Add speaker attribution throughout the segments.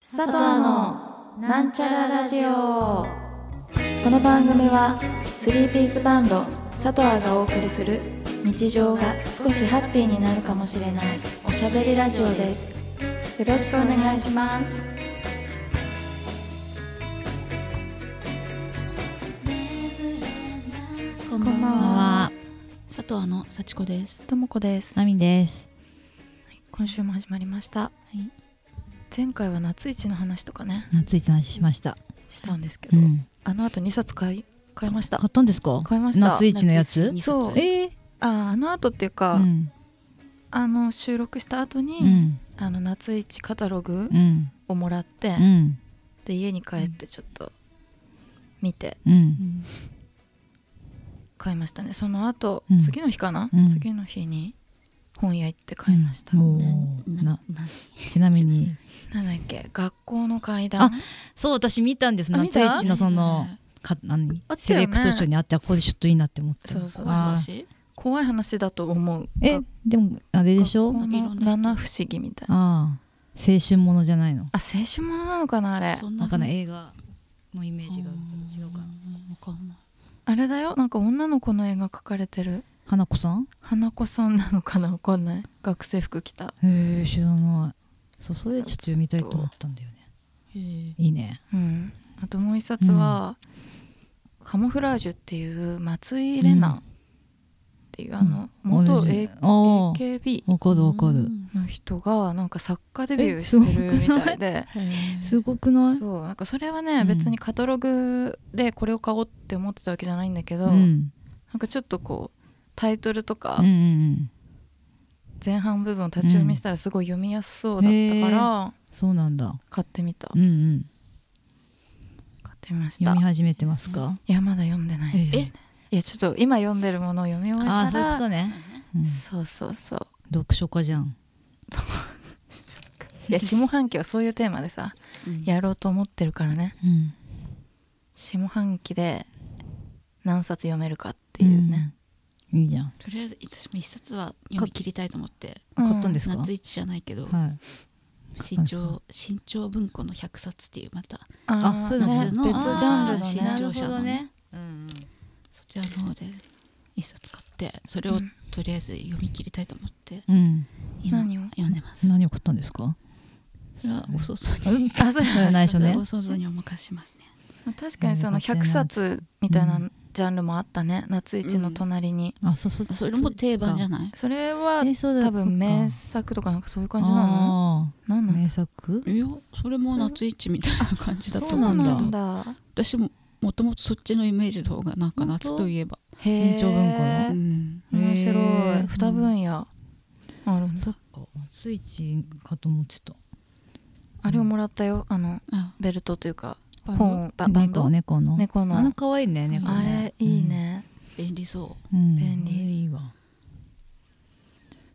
Speaker 1: 佐藤のなんちゃらラジオこの番組はスリーピースバンド佐藤がお送りする日常が少しハッピーになるかもしれないおしゃべりラジオですよろしくお願いします
Speaker 2: こんばん
Speaker 1: こんばん
Speaker 2: は。佐藤の幸子です。
Speaker 1: ともこです
Speaker 3: ナミです。
Speaker 1: 今週も始まりました、
Speaker 2: い
Speaker 1: 前回は夏市の話とかね
Speaker 3: 夏一の話しました。
Speaker 1: したんですけ
Speaker 3: う
Speaker 1: ど、
Speaker 3: ん。
Speaker 1: あの後2冊買い買いました
Speaker 3: 買ったんですか？
Speaker 1: 買いました
Speaker 3: 夏一のやつ
Speaker 2: 夏一？に
Speaker 1: そう
Speaker 3: ええ。
Speaker 1: ああの後っていう
Speaker 3: う
Speaker 1: か、
Speaker 3: ん。
Speaker 1: あの収録した後に、
Speaker 3: うん。
Speaker 1: あの夏市カタログ
Speaker 3: うん。
Speaker 1: をもらって、
Speaker 3: うん。
Speaker 1: で家に帰ってちょっと見て
Speaker 3: うん。
Speaker 1: 買いましたねその後、
Speaker 3: うん
Speaker 1: 次の日かな、
Speaker 3: うん
Speaker 1: 次の日に本屋行って買いました、
Speaker 3: お
Speaker 2: な
Speaker 3: ーな
Speaker 2: なな
Speaker 3: ちなみに、
Speaker 1: なんだっけ学校の階段
Speaker 3: そう私見たんです。
Speaker 1: あ見
Speaker 3: 夏
Speaker 1: た
Speaker 3: 一のそのか何
Speaker 1: あった
Speaker 3: セ
Speaker 1: よね
Speaker 3: レクト書にあってあここでちょっといいなって思って。
Speaker 1: そうそう
Speaker 2: 怖い
Speaker 3: あー
Speaker 2: 話
Speaker 1: 怖い話だと思う
Speaker 3: え
Speaker 1: 学
Speaker 3: でもあれでしょ
Speaker 1: 学？校
Speaker 2: いろ
Speaker 1: の
Speaker 2: んな人
Speaker 1: 七不思議みたいな
Speaker 3: ああ青春ものじゃないの？
Speaker 1: あ青春ものなのかなあれ
Speaker 2: そんな
Speaker 3: なんか
Speaker 2: イ
Speaker 3: ね映画のイメージが違うかな。
Speaker 2: わかんない。
Speaker 1: あれだよなんか女の子の絵が描かれてる
Speaker 3: 花子さん？
Speaker 1: 花子さんなのかなわかんない学生服着た
Speaker 3: へえ知らない。そうそれでちょっと読みたいと思ったんだよね。
Speaker 2: へ
Speaker 3: いいね。
Speaker 1: うんあともう一冊は、カモフラージュっていう松井玲奈っていう、あの元
Speaker 3: あれ
Speaker 1: A-
Speaker 3: あー
Speaker 1: AKB
Speaker 3: わか
Speaker 2: え
Speaker 3: るわかる。
Speaker 1: の人がなんか作家デビューしてるみたいで
Speaker 3: すごくない？
Speaker 1: そうなんかそれはね、
Speaker 3: うん
Speaker 1: 別にカタログでこれを買おうって思ってたわけじゃないんだけど、
Speaker 3: うん
Speaker 1: なんかちょっとこうタイトルとか
Speaker 3: うんうん
Speaker 1: 前半部分を立ち読みしたらすごい読みやすそうだったから
Speaker 3: そうなんだ。
Speaker 1: 買ってみた
Speaker 3: うんうん。
Speaker 1: 買ってみました
Speaker 3: 読
Speaker 1: い
Speaker 3: み始めてますか？
Speaker 1: やまだ読んでない
Speaker 3: え
Speaker 1: いやちょっと今読んでるものを読み終え
Speaker 3: あ
Speaker 1: た
Speaker 3: あそういうこ
Speaker 1: ら
Speaker 3: とね。うん
Speaker 1: そうそうそう
Speaker 3: 読書家じゃん。
Speaker 1: いや下半期はそういうテーマでさやろうと思ってるからね
Speaker 3: うん。
Speaker 1: 下半期で何冊読めるかっていうね、
Speaker 3: うん。いいじゃん。
Speaker 2: とりあえず私も一冊は読み切りたいと思って
Speaker 1: うん
Speaker 3: 買ったんですか？は
Speaker 2: 夏
Speaker 3: い。
Speaker 2: 一じゃないけど
Speaker 3: あ
Speaker 2: 新潮新潮文庫の百冊っていうまた
Speaker 1: あー
Speaker 3: そういうの
Speaker 1: ね
Speaker 2: 夏の
Speaker 1: 別ジャンル
Speaker 2: あー
Speaker 1: の
Speaker 2: 新
Speaker 1: ね
Speaker 2: 潮社のね。
Speaker 3: うんうん。
Speaker 2: そちらの方で一冊買ってそれを
Speaker 1: うん
Speaker 2: とりあえず読み切りたいと思って
Speaker 3: うん。
Speaker 2: 今
Speaker 1: 何を
Speaker 2: 読んでます。
Speaker 3: 何を買ったんで すか？
Speaker 2: それはご想像に
Speaker 1: あそれ
Speaker 3: うん内緒ね
Speaker 2: ご。想像にお任せしますね。
Speaker 1: 確かにその100冊みたいなジャンルもあったね夏一の隣に、
Speaker 3: あそうそう。
Speaker 2: それも定番じゃない
Speaker 1: それは
Speaker 3: えそうだ
Speaker 1: 多分名作とかなんかそういう感じなのなん
Speaker 3: あ
Speaker 1: な
Speaker 3: ー
Speaker 1: の
Speaker 3: 名作？
Speaker 2: いやそれも夏一みたいな感じだと
Speaker 1: そ
Speaker 3: そうう
Speaker 2: 思
Speaker 1: な
Speaker 3: な
Speaker 2: うんけ
Speaker 3: んだ
Speaker 2: ど
Speaker 1: だ
Speaker 2: 私ももともとそっちのイメージの方がなんか夏といえば、
Speaker 1: へえ
Speaker 3: 新潮文庫の
Speaker 2: うん、
Speaker 1: 面白い、
Speaker 3: へえ
Speaker 1: 二分野あるんだ
Speaker 3: そっか。スイッチかと思ってた。
Speaker 1: あれをもらったよあの
Speaker 2: あ
Speaker 1: ベルトというか本をババンド
Speaker 3: 猫猫の。
Speaker 1: 猫の
Speaker 3: あの可愛いね猫
Speaker 1: あ
Speaker 3: ね
Speaker 1: れいい。ね、
Speaker 2: 便利そ
Speaker 3: うん
Speaker 1: 便利
Speaker 3: あれいいわ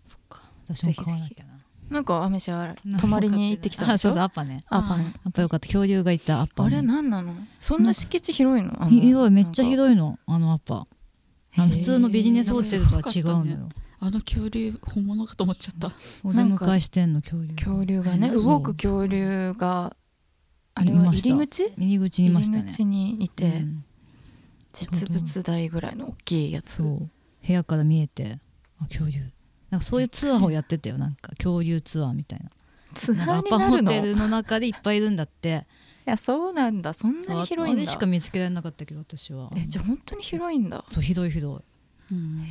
Speaker 3: そっか私も買わなきゃな
Speaker 1: なんかアメシャ泊まりに行ってきたんで
Speaker 3: あ
Speaker 1: し
Speaker 3: そう
Speaker 1: ょ
Speaker 3: そうアッパね
Speaker 1: アパン
Speaker 3: アッパよかった恐竜がいたアッパ
Speaker 1: あれなんなのそんな敷地広いのあの
Speaker 3: ひどいめっちゃひ
Speaker 1: い
Speaker 3: どいのあのアッパあの普通のビジネスホテルとは違うの
Speaker 2: へー
Speaker 3: よ
Speaker 2: うあの恐竜本物かと思っちゃった
Speaker 3: お出迎えしてんの恐竜
Speaker 1: 恐竜がね
Speaker 3: そう
Speaker 1: 動く恐竜があれ
Speaker 3: い
Speaker 1: は
Speaker 3: ました
Speaker 1: 入り口
Speaker 3: 入り口にい
Speaker 1: 入
Speaker 3: ま
Speaker 1: り
Speaker 3: したね
Speaker 1: 口にいて、
Speaker 3: うん
Speaker 1: 実物大ぐらいの大きいやつ
Speaker 3: そう部屋から見えてあ恐竜なんかそういうツアーをやってたよなんか恐竜ツアーみたいな
Speaker 1: ツ
Speaker 3: なんか
Speaker 1: ア
Speaker 3: ア
Speaker 1: ー
Speaker 3: ッ
Speaker 1: に
Speaker 3: パ
Speaker 1: な
Speaker 3: ホ
Speaker 1: るの
Speaker 3: テルの中でいっぱいいるんだって
Speaker 1: いやそうなんだそんな
Speaker 3: そう
Speaker 1: に
Speaker 3: あ
Speaker 1: 広いん
Speaker 3: あれ
Speaker 1: だ
Speaker 3: しか見つけられなかったけど私は
Speaker 1: えじゃあ本当に広いんだ
Speaker 3: そうひどいひどい
Speaker 2: うん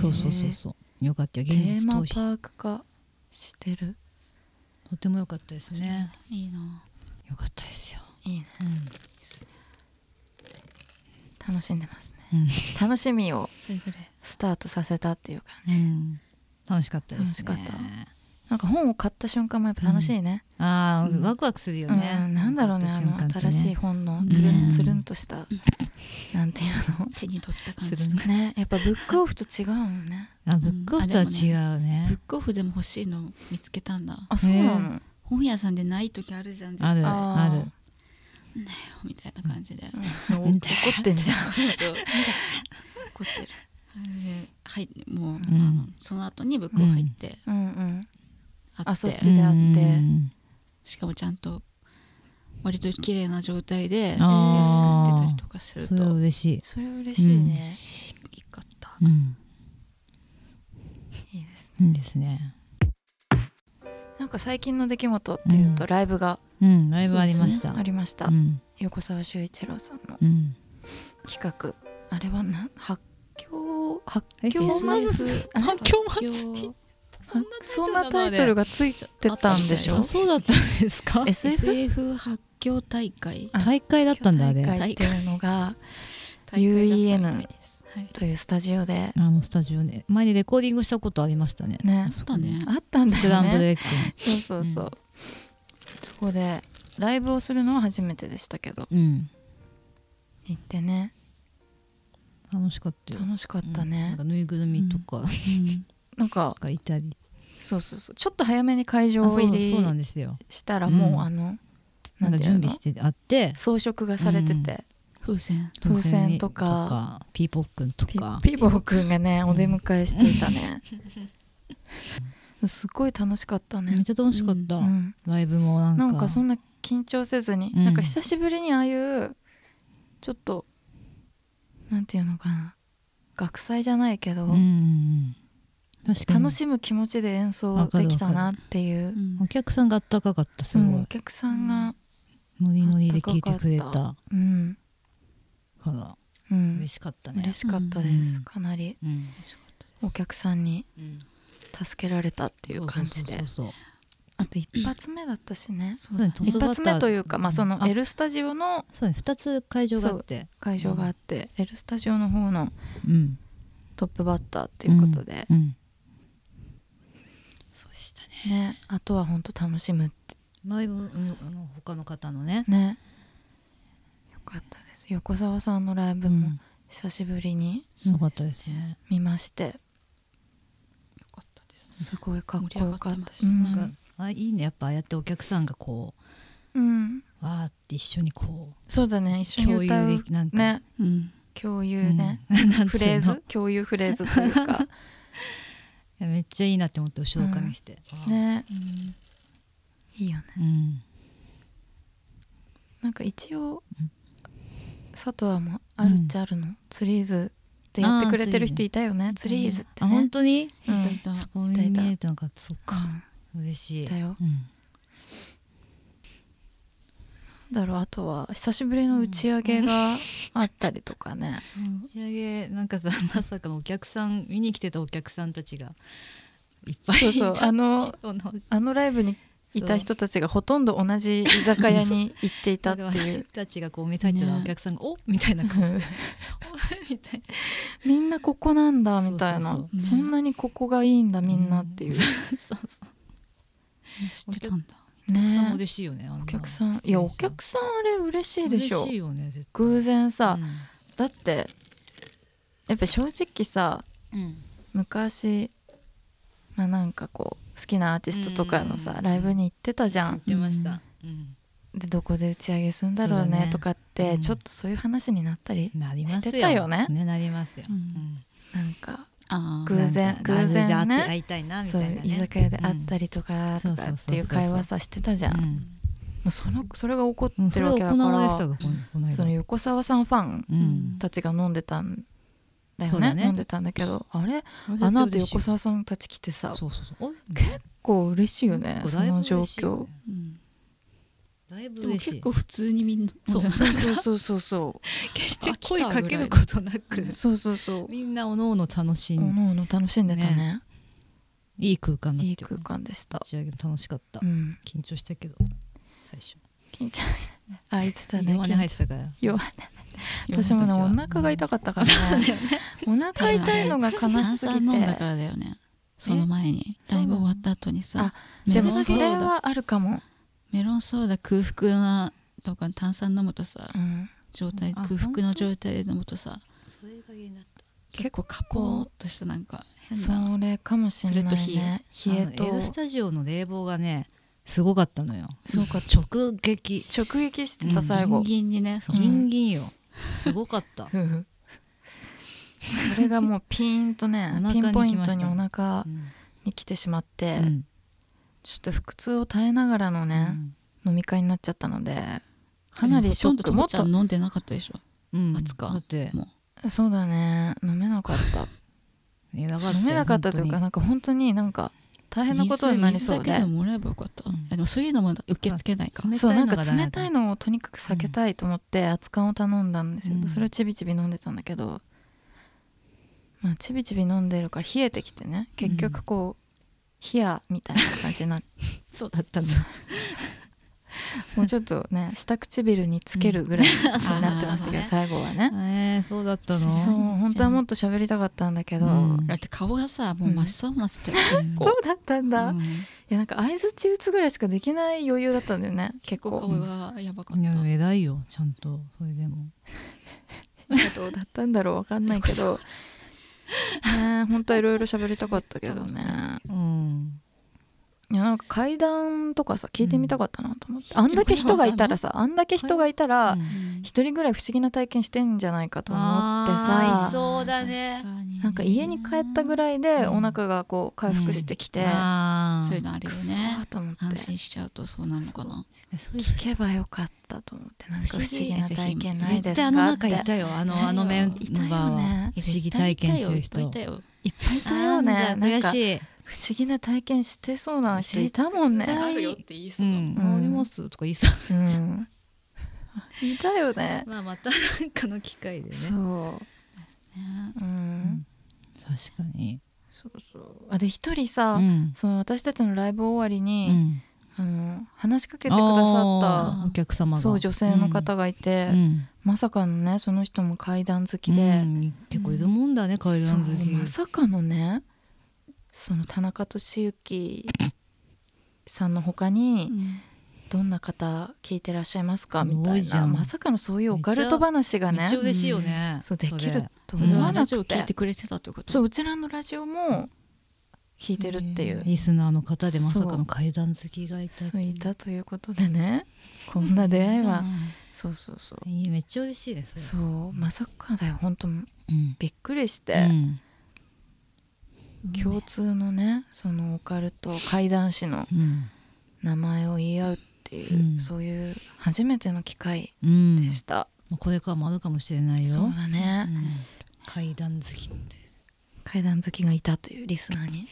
Speaker 3: そうそうそうそう。よかったよ。
Speaker 1: テ
Speaker 3: 現
Speaker 1: ー
Speaker 3: 実
Speaker 1: マパ
Speaker 3: 逃避。
Speaker 1: ーク化してる
Speaker 3: とても良かったですね。
Speaker 2: いいな
Speaker 3: 良かったですよ。
Speaker 1: いいね
Speaker 3: うん。
Speaker 1: 楽しんでますね
Speaker 3: うん
Speaker 1: 楽しみを
Speaker 2: それぞれ
Speaker 1: スタートさせたっていうか
Speaker 3: うん。楽しかったですね。
Speaker 1: 楽しかっなんか本を買った瞬間もやっぱ楽しいね,、
Speaker 3: ああ、
Speaker 2: うん
Speaker 3: ワクワクするよ
Speaker 1: うん
Speaker 3: ね。
Speaker 1: なんだろうね
Speaker 3: 買った
Speaker 1: あの
Speaker 3: 瞬間ってね
Speaker 1: 新しい。本のつるん、
Speaker 3: ね
Speaker 1: つるんとしたなんていう
Speaker 2: 手に取った感じ
Speaker 3: す
Speaker 2: と
Speaker 3: る
Speaker 2: か
Speaker 1: のねやっぱブックオフと違うのね
Speaker 3: あ、ブックオフとは違う
Speaker 2: ブッ
Speaker 3: ね。
Speaker 2: クオフでも欲しいの見つけたんだ
Speaker 1: あそうなの、
Speaker 2: 本屋さんでない時あるじゃん絶
Speaker 3: あ
Speaker 2: 対
Speaker 3: る
Speaker 1: あー
Speaker 3: あ
Speaker 2: みたいな感じで、
Speaker 1: うんお怒ってんじゃん
Speaker 2: そうそう
Speaker 1: 怒ってる
Speaker 2: 感じではいもう、
Speaker 3: ん
Speaker 2: あのその後にブックオフ入って、
Speaker 1: うんうん
Speaker 2: あって
Speaker 1: あそっち
Speaker 3: る。
Speaker 1: であって
Speaker 3: うん
Speaker 2: しかもちゃんと割と綺麗な状態で安く
Speaker 3: あー
Speaker 2: 売ってたりとかする
Speaker 3: それは
Speaker 2: と
Speaker 3: 嬉しい、
Speaker 1: それ嬉しいね、
Speaker 2: いいかった
Speaker 3: うん、
Speaker 1: いいですね
Speaker 3: いいですね
Speaker 1: なんか最近の出来事っていうと
Speaker 3: うん
Speaker 1: ライブが
Speaker 3: うんライブありました
Speaker 1: ありました、
Speaker 3: うん
Speaker 1: 横澤秀一郎さんの
Speaker 3: うん
Speaker 1: 企画あれはな発狂発
Speaker 3: あれ
Speaker 1: 狂
Speaker 3: そんな
Speaker 1: 祭りあれ
Speaker 3: 発狂祭り
Speaker 2: 発狂
Speaker 1: あそんなタイ
Speaker 3: あ
Speaker 1: ト
Speaker 3: れ
Speaker 1: ルがついてたんでし
Speaker 2: あ
Speaker 1: ょ
Speaker 2: っ
Speaker 3: そうだったんですか
Speaker 1: SF
Speaker 2: SF 発狂大会
Speaker 1: あ
Speaker 3: 大会だったんだ
Speaker 1: 大
Speaker 3: あれ
Speaker 1: 会っていう
Speaker 2: 大
Speaker 1: のが
Speaker 2: 会だった
Speaker 1: UEN
Speaker 2: みたいですはい
Speaker 1: というスタジオで
Speaker 3: あのスタジオね前にレコーディングしたことありましたね
Speaker 1: ね
Speaker 3: あそこね
Speaker 1: あったんだ
Speaker 3: スク
Speaker 1: よ
Speaker 3: ランブル
Speaker 1: ね
Speaker 3: エッグ
Speaker 1: そうそうそう、
Speaker 3: うん
Speaker 1: そこでライブをするのは初めてでしたけど
Speaker 3: うん
Speaker 1: 行ってね
Speaker 3: 楽しかったよ
Speaker 1: 楽しかった
Speaker 3: うんな
Speaker 1: ね
Speaker 3: ん、かぬいぐるみとか
Speaker 2: うん
Speaker 1: なんか
Speaker 3: がいたり
Speaker 1: そうそうそうちょっと早めに会場
Speaker 3: あそう
Speaker 1: 入
Speaker 3: そうなん
Speaker 1: り
Speaker 3: ですよ
Speaker 1: したらもう、
Speaker 3: うん
Speaker 1: あの
Speaker 3: なんか
Speaker 1: ていう
Speaker 3: 準
Speaker 1: の
Speaker 3: 備してあって
Speaker 1: 装飾がされてて、
Speaker 2: 風船
Speaker 1: 風船とか
Speaker 3: ピーポックンと
Speaker 1: ピ
Speaker 3: か
Speaker 1: ピボーくんがねお出迎えしていたねすっごい楽しかった
Speaker 3: めっ
Speaker 1: ね、
Speaker 3: ちゃ楽しかっ
Speaker 1: う
Speaker 3: た
Speaker 1: ん、
Speaker 3: ライブもなんか
Speaker 1: なんかそんな緊張せずに、
Speaker 3: うん
Speaker 1: なんか久しぶりにああいうちょっとなんていうのかな学祭じゃないけど、
Speaker 3: うんうんうん確かに
Speaker 1: 楽しむ気持ちで演奏
Speaker 3: わかる
Speaker 1: できたなっていうう、
Speaker 2: ん
Speaker 3: お客さんがあったかかったす
Speaker 1: う
Speaker 3: ごい
Speaker 1: んお客さんが
Speaker 3: ノリノリで聞いてくれた
Speaker 1: あっ
Speaker 3: か
Speaker 1: うん
Speaker 3: ら
Speaker 1: うん
Speaker 3: 嬉しかったね
Speaker 1: 嬉しかったです、
Speaker 3: うん
Speaker 1: かなり
Speaker 3: うん
Speaker 1: お客さんに助けられたっていう感じで
Speaker 3: そうそうそう
Speaker 1: あと一発目だったしね
Speaker 3: そうだねトッ
Speaker 1: 一
Speaker 3: プバッ
Speaker 1: 発
Speaker 3: ター
Speaker 1: 目というか、まあ、その
Speaker 3: あ
Speaker 1: L スタジオの
Speaker 3: そうね2つ会場があって
Speaker 1: 会場があって、L スタジオの方の
Speaker 3: うん
Speaker 1: トップバッターっていうことで、
Speaker 3: うん
Speaker 1: ね、あとは本当楽しむって
Speaker 3: ライブうんあの他の方のね
Speaker 1: ねよかったです横澤さんのライブ
Speaker 3: う
Speaker 1: も
Speaker 3: ん
Speaker 1: 久しぶりに
Speaker 3: すごかったですね
Speaker 1: 見まして
Speaker 2: よかったです
Speaker 1: すごいかっこよかっ
Speaker 2: 盛り上がってま
Speaker 1: た
Speaker 2: した
Speaker 1: うん
Speaker 2: ね
Speaker 3: なんかあいいねやっぱああやってお客さんがこ
Speaker 1: うん
Speaker 3: うわーって一緒にこ
Speaker 1: そうだね
Speaker 3: う
Speaker 1: 一緒
Speaker 3: 共
Speaker 1: に
Speaker 3: 有
Speaker 1: 歌う
Speaker 3: できなんか
Speaker 1: ね
Speaker 2: うん
Speaker 1: 共有ね、
Speaker 3: うん なんていうの
Speaker 1: フレーズ共有フレーズという か
Speaker 3: いやめっちゃいいなって思って後ろをかみして、
Speaker 1: ね
Speaker 2: うん
Speaker 1: いいよね
Speaker 3: うん
Speaker 1: なんか一応
Speaker 3: うん
Speaker 1: 佐藤はもうあるっちゃあるの、ツリーズでやってくれてる人いたよねツリーズって
Speaker 3: あ本
Speaker 1: ね
Speaker 3: 当に
Speaker 1: う
Speaker 2: い
Speaker 1: ん
Speaker 2: たいた
Speaker 3: そこに見えたのかそっか、嬉
Speaker 1: う
Speaker 3: し
Speaker 1: ん
Speaker 3: い
Speaker 1: だよ
Speaker 3: うん
Speaker 1: だろうあとは久しぶりの打ち上げがあったりとかね、
Speaker 2: そう
Speaker 3: 打ち上げなんかさまさかのお客さん見に来てたお客さんたちがいっぱいい
Speaker 1: そ
Speaker 3: た
Speaker 1: うそうあの
Speaker 3: そうな
Speaker 1: あのライブにいた人たちがほとんど同じ居酒屋に行っていた
Speaker 3: だ
Speaker 1: っ
Speaker 3: か
Speaker 1: て
Speaker 3: ら私
Speaker 1: いう
Speaker 3: たちがこう見たいたら
Speaker 2: ね
Speaker 3: お客さんが「おみたいな顔して「おみたい
Speaker 1: みんなここなんだみたいな
Speaker 3: そ
Speaker 1: そう
Speaker 3: そう
Speaker 2: そうん
Speaker 1: なにここがいいんだみんなっていう、
Speaker 3: な そうそう
Speaker 2: 知ってたんだ
Speaker 3: お客さんも
Speaker 1: ね
Speaker 3: 嬉しいよねあんな
Speaker 1: お客さんいやお客さんあれ嬉しいでしょ
Speaker 3: 嬉しいよね絶対
Speaker 1: 偶然さ、
Speaker 3: うん
Speaker 1: だってやっぱ正直さ
Speaker 3: うん
Speaker 1: 昔まあなんかこう好きなアーティストとかの
Speaker 3: うんうん
Speaker 1: さ
Speaker 3: うん
Speaker 1: ライブに行ってたじゃん
Speaker 3: 言ってました、うん
Speaker 1: でどこで打ち上げするんだろう
Speaker 3: そうだ
Speaker 1: ね
Speaker 3: ね
Speaker 1: とかっ
Speaker 3: う
Speaker 1: て
Speaker 3: ん
Speaker 1: ちょっとそういう話になったり
Speaker 3: なりますよ
Speaker 1: してたよね
Speaker 3: なりますよ、
Speaker 2: うん
Speaker 3: うん
Speaker 1: なんか
Speaker 2: あ
Speaker 1: 偶然
Speaker 3: なんか
Speaker 1: 偶然ね
Speaker 3: あ偶会って会いたいなみ
Speaker 1: そ
Speaker 3: た
Speaker 1: う
Speaker 3: いな、ね、
Speaker 1: 居酒屋で会った
Speaker 3: り
Speaker 1: りとか
Speaker 3: う
Speaker 1: と
Speaker 3: ん
Speaker 1: かっていう会話さしてたじゃんも
Speaker 3: うん
Speaker 1: うそのそれが起こ
Speaker 3: うん、
Speaker 1: って
Speaker 3: それ
Speaker 1: るわ
Speaker 3: は
Speaker 1: けだ
Speaker 3: 行
Speaker 1: か
Speaker 3: われてた
Speaker 1: ら
Speaker 3: がこのこの間
Speaker 1: その横澤さんファン
Speaker 3: うん
Speaker 1: たちが飲んでたんだ
Speaker 3: そ
Speaker 1: よ
Speaker 3: うだ
Speaker 1: ね
Speaker 3: ね
Speaker 1: 飲んでたんだけどあれ
Speaker 3: うん
Speaker 1: あの後横澤さんたち来てさ
Speaker 3: そうそうそう
Speaker 1: 結構嬉しいよね
Speaker 3: お
Speaker 1: その状況
Speaker 2: うん
Speaker 3: だいぶ
Speaker 2: でも
Speaker 3: 嬉しい
Speaker 2: 結構普通にみんな
Speaker 3: そう
Speaker 2: なんか
Speaker 1: そうそうそうそ
Speaker 3: 決して
Speaker 2: 飽きた
Speaker 3: 声かける
Speaker 2: ぐら
Speaker 3: こ
Speaker 2: い
Speaker 3: となく
Speaker 1: うそうそうそう
Speaker 3: みんなおのおの楽し
Speaker 1: お
Speaker 3: ん
Speaker 1: のおの楽しんでたね
Speaker 3: いい空間だった
Speaker 1: いい
Speaker 3: よ
Speaker 1: 空間でした
Speaker 3: 打ち上げも楽しかった、
Speaker 1: うん
Speaker 3: 緊張したけど最初
Speaker 1: 緊張したあ言ってたね
Speaker 3: 弱音
Speaker 1: 緊
Speaker 3: 入
Speaker 1: 張
Speaker 3: ってたから
Speaker 1: 弱音私もねお腹が痛かったからねお腹痛いのが悲し
Speaker 2: 炭
Speaker 1: す
Speaker 2: 酸
Speaker 1: ぎ
Speaker 2: 飲んだ
Speaker 1: て
Speaker 2: からだよねその前に
Speaker 3: そ
Speaker 2: ラ
Speaker 3: うな
Speaker 2: イ
Speaker 3: の
Speaker 2: ブ終わった後にさメ
Speaker 1: で
Speaker 2: ロ
Speaker 1: も
Speaker 2: ン
Speaker 1: そ
Speaker 2: ソ
Speaker 1: れ
Speaker 2: ーダ
Speaker 1: はあるかも
Speaker 2: メロンソーダ空腹なとか炭酸飲むとさ
Speaker 1: うん
Speaker 2: 状態
Speaker 3: あ
Speaker 2: 空腹の状態で飲むとさ
Speaker 3: それがになった
Speaker 2: 結構カポーっとしたなんか変な
Speaker 1: それかもしれないね冷えと
Speaker 3: あの L スタジオの冷房がねすごかったのよ
Speaker 1: すごかった
Speaker 3: 直撃
Speaker 1: 直撃してた
Speaker 3: うん
Speaker 1: 最
Speaker 2: ギン
Speaker 1: 後
Speaker 2: ギンにねその
Speaker 3: ギンギンよすごかった
Speaker 1: ふふそれがもうピーンとね
Speaker 3: お腹
Speaker 1: ピ
Speaker 3: に来ました
Speaker 1: ンポイントにお腹
Speaker 3: うん
Speaker 1: に来てしまって
Speaker 3: うん
Speaker 1: ちょっと腹痛を耐えながらのね飲み会になっちゃったのでかなりショック
Speaker 2: も
Speaker 1: も
Speaker 2: っ
Speaker 1: っ
Speaker 2: とともちゃん飲んでなかったでしょ
Speaker 3: うん
Speaker 2: 熱か
Speaker 3: だって
Speaker 2: も
Speaker 1: とそうだね飲めなかった
Speaker 3: いやだから
Speaker 1: 飲めなかったというかなんか本当になんか大変なことになりそう
Speaker 2: 水水だ
Speaker 1: で
Speaker 2: けでももらえばよかった、
Speaker 3: うん
Speaker 2: いやでもそういうのも受け付けないか
Speaker 3: あ冷
Speaker 1: そうなんか
Speaker 3: ダメだ
Speaker 1: 冷たいのをとにかく避けたいと思って熱燗を頼んだんですよ、
Speaker 3: うん
Speaker 1: それをちびちび飲んでたんだけどまあちびちび飲んでるから冷えてきてね結局こう冷やみたいな感じになって、
Speaker 3: そうだったんだ
Speaker 1: もうちょっとね下唇につけるぐらいになってましたけど、
Speaker 2: うん
Speaker 1: 最後はね
Speaker 3: えー、そうだったの
Speaker 1: そう本当はもっと喋りたかったんだけど、
Speaker 3: うん
Speaker 2: だって顔がさもう真っ青になってたよ、
Speaker 3: うん
Speaker 2: そう
Speaker 1: だったん
Speaker 2: うん
Speaker 1: いやなんか相づち打つぐらいしかできない余裕だったんだよね結
Speaker 2: 結構
Speaker 1: 構
Speaker 2: 顔がやばかっ
Speaker 3: い
Speaker 2: た、
Speaker 3: や偉いよちゃんとそれでも
Speaker 1: どうだったんだろうわかんないけど ねえ本当はいろいろ喋りたかったけどね
Speaker 3: うん
Speaker 1: いやなんか階段とかさ聞いてみたかったなと思って、あんだけ人がいたら さあんだけ人がいたら
Speaker 2: うん
Speaker 1: 一、人ぐらい不思議な体験してんじゃないかと思って
Speaker 3: あーい
Speaker 1: さ
Speaker 3: そうだね
Speaker 2: 確かにね
Speaker 1: なんか家に帰ったぐらいでお腹がこう回復してきて、
Speaker 3: あー
Speaker 2: そういうのある
Speaker 1: く
Speaker 2: よ
Speaker 1: そ
Speaker 2: ね
Speaker 1: ーと思って
Speaker 2: 安心しちゃうとそうなるのかな
Speaker 3: そういう
Speaker 1: 聞けばよかったと思ってなんか不思議な体験ないです
Speaker 3: 絶対
Speaker 1: か
Speaker 3: あの
Speaker 1: っ
Speaker 3: 中
Speaker 1: て
Speaker 3: い
Speaker 1: いった
Speaker 3: よあの
Speaker 2: いたよ
Speaker 3: あのメン
Speaker 1: いたよね
Speaker 3: バーは不思議体験する人
Speaker 2: いっぱいいたよ
Speaker 1: ぱいいたよね
Speaker 3: あー
Speaker 1: な
Speaker 3: 悔
Speaker 1: んか
Speaker 3: しい
Speaker 1: 不思議な体験してそうな人いたもん
Speaker 3: 絶
Speaker 1: ね、
Speaker 3: 対
Speaker 2: あるよって言いそううだもん、
Speaker 3: ん
Speaker 1: うん
Speaker 3: ありますとか言いそ
Speaker 1: う
Speaker 3: う
Speaker 1: ん、 いたよね
Speaker 3: まあまたなんかの機会でね
Speaker 1: そう
Speaker 2: ね
Speaker 1: うん、
Speaker 3: ん確かに
Speaker 1: そうそうあで一人さ、
Speaker 3: うん
Speaker 1: その私たちのライブ終わり
Speaker 3: う
Speaker 1: に、
Speaker 3: ん
Speaker 1: あの話しかけてくださ
Speaker 3: あーお客
Speaker 1: っ
Speaker 3: 様
Speaker 1: た
Speaker 3: が
Speaker 1: そう女性の方がいて、
Speaker 3: うんうん
Speaker 1: まさかのねその人も階段好きで、
Speaker 3: うん結構いるもんだね階段好
Speaker 1: そう
Speaker 3: き
Speaker 1: まさかのねその田中俊之さんの他に
Speaker 2: うん
Speaker 1: どんな方聞いてらっしゃいますか
Speaker 3: す
Speaker 1: み
Speaker 3: ご
Speaker 1: た
Speaker 3: い
Speaker 1: い
Speaker 3: じゃ
Speaker 1: なんまさかのそういうオカルト話が
Speaker 3: めっち
Speaker 1: ね
Speaker 3: ゃ嬉しいよね
Speaker 1: そうできると
Speaker 3: うん
Speaker 2: う
Speaker 1: 思
Speaker 2: ん
Speaker 1: わ
Speaker 2: ラ
Speaker 1: な
Speaker 2: ジ
Speaker 1: く
Speaker 2: オ
Speaker 1: て
Speaker 2: 聞いてくれてたってこと
Speaker 1: そううちらのラジオも聞いてるっていう、
Speaker 3: リスナーの方でまさかの階段好きがいたって
Speaker 1: そういたということでねこんな出会い
Speaker 2: じゃあ
Speaker 1: は
Speaker 2: ない
Speaker 1: そうそうそう
Speaker 3: いいめっちゃ嬉しいねそれ
Speaker 1: そうまさかだよ本当
Speaker 3: うん
Speaker 1: びっくりし
Speaker 3: う
Speaker 1: て、
Speaker 3: ん
Speaker 1: 共通のねそのオカルト怪談師の
Speaker 3: うん
Speaker 1: 名前を言い合うっていう、
Speaker 3: うん
Speaker 1: そういう初めての機会
Speaker 3: うん
Speaker 1: でした、
Speaker 3: まあこれからもあるかもしれないよ
Speaker 1: そうだね、
Speaker 3: うん階段好きっていう
Speaker 1: 階段好きがいたというリスナ ーに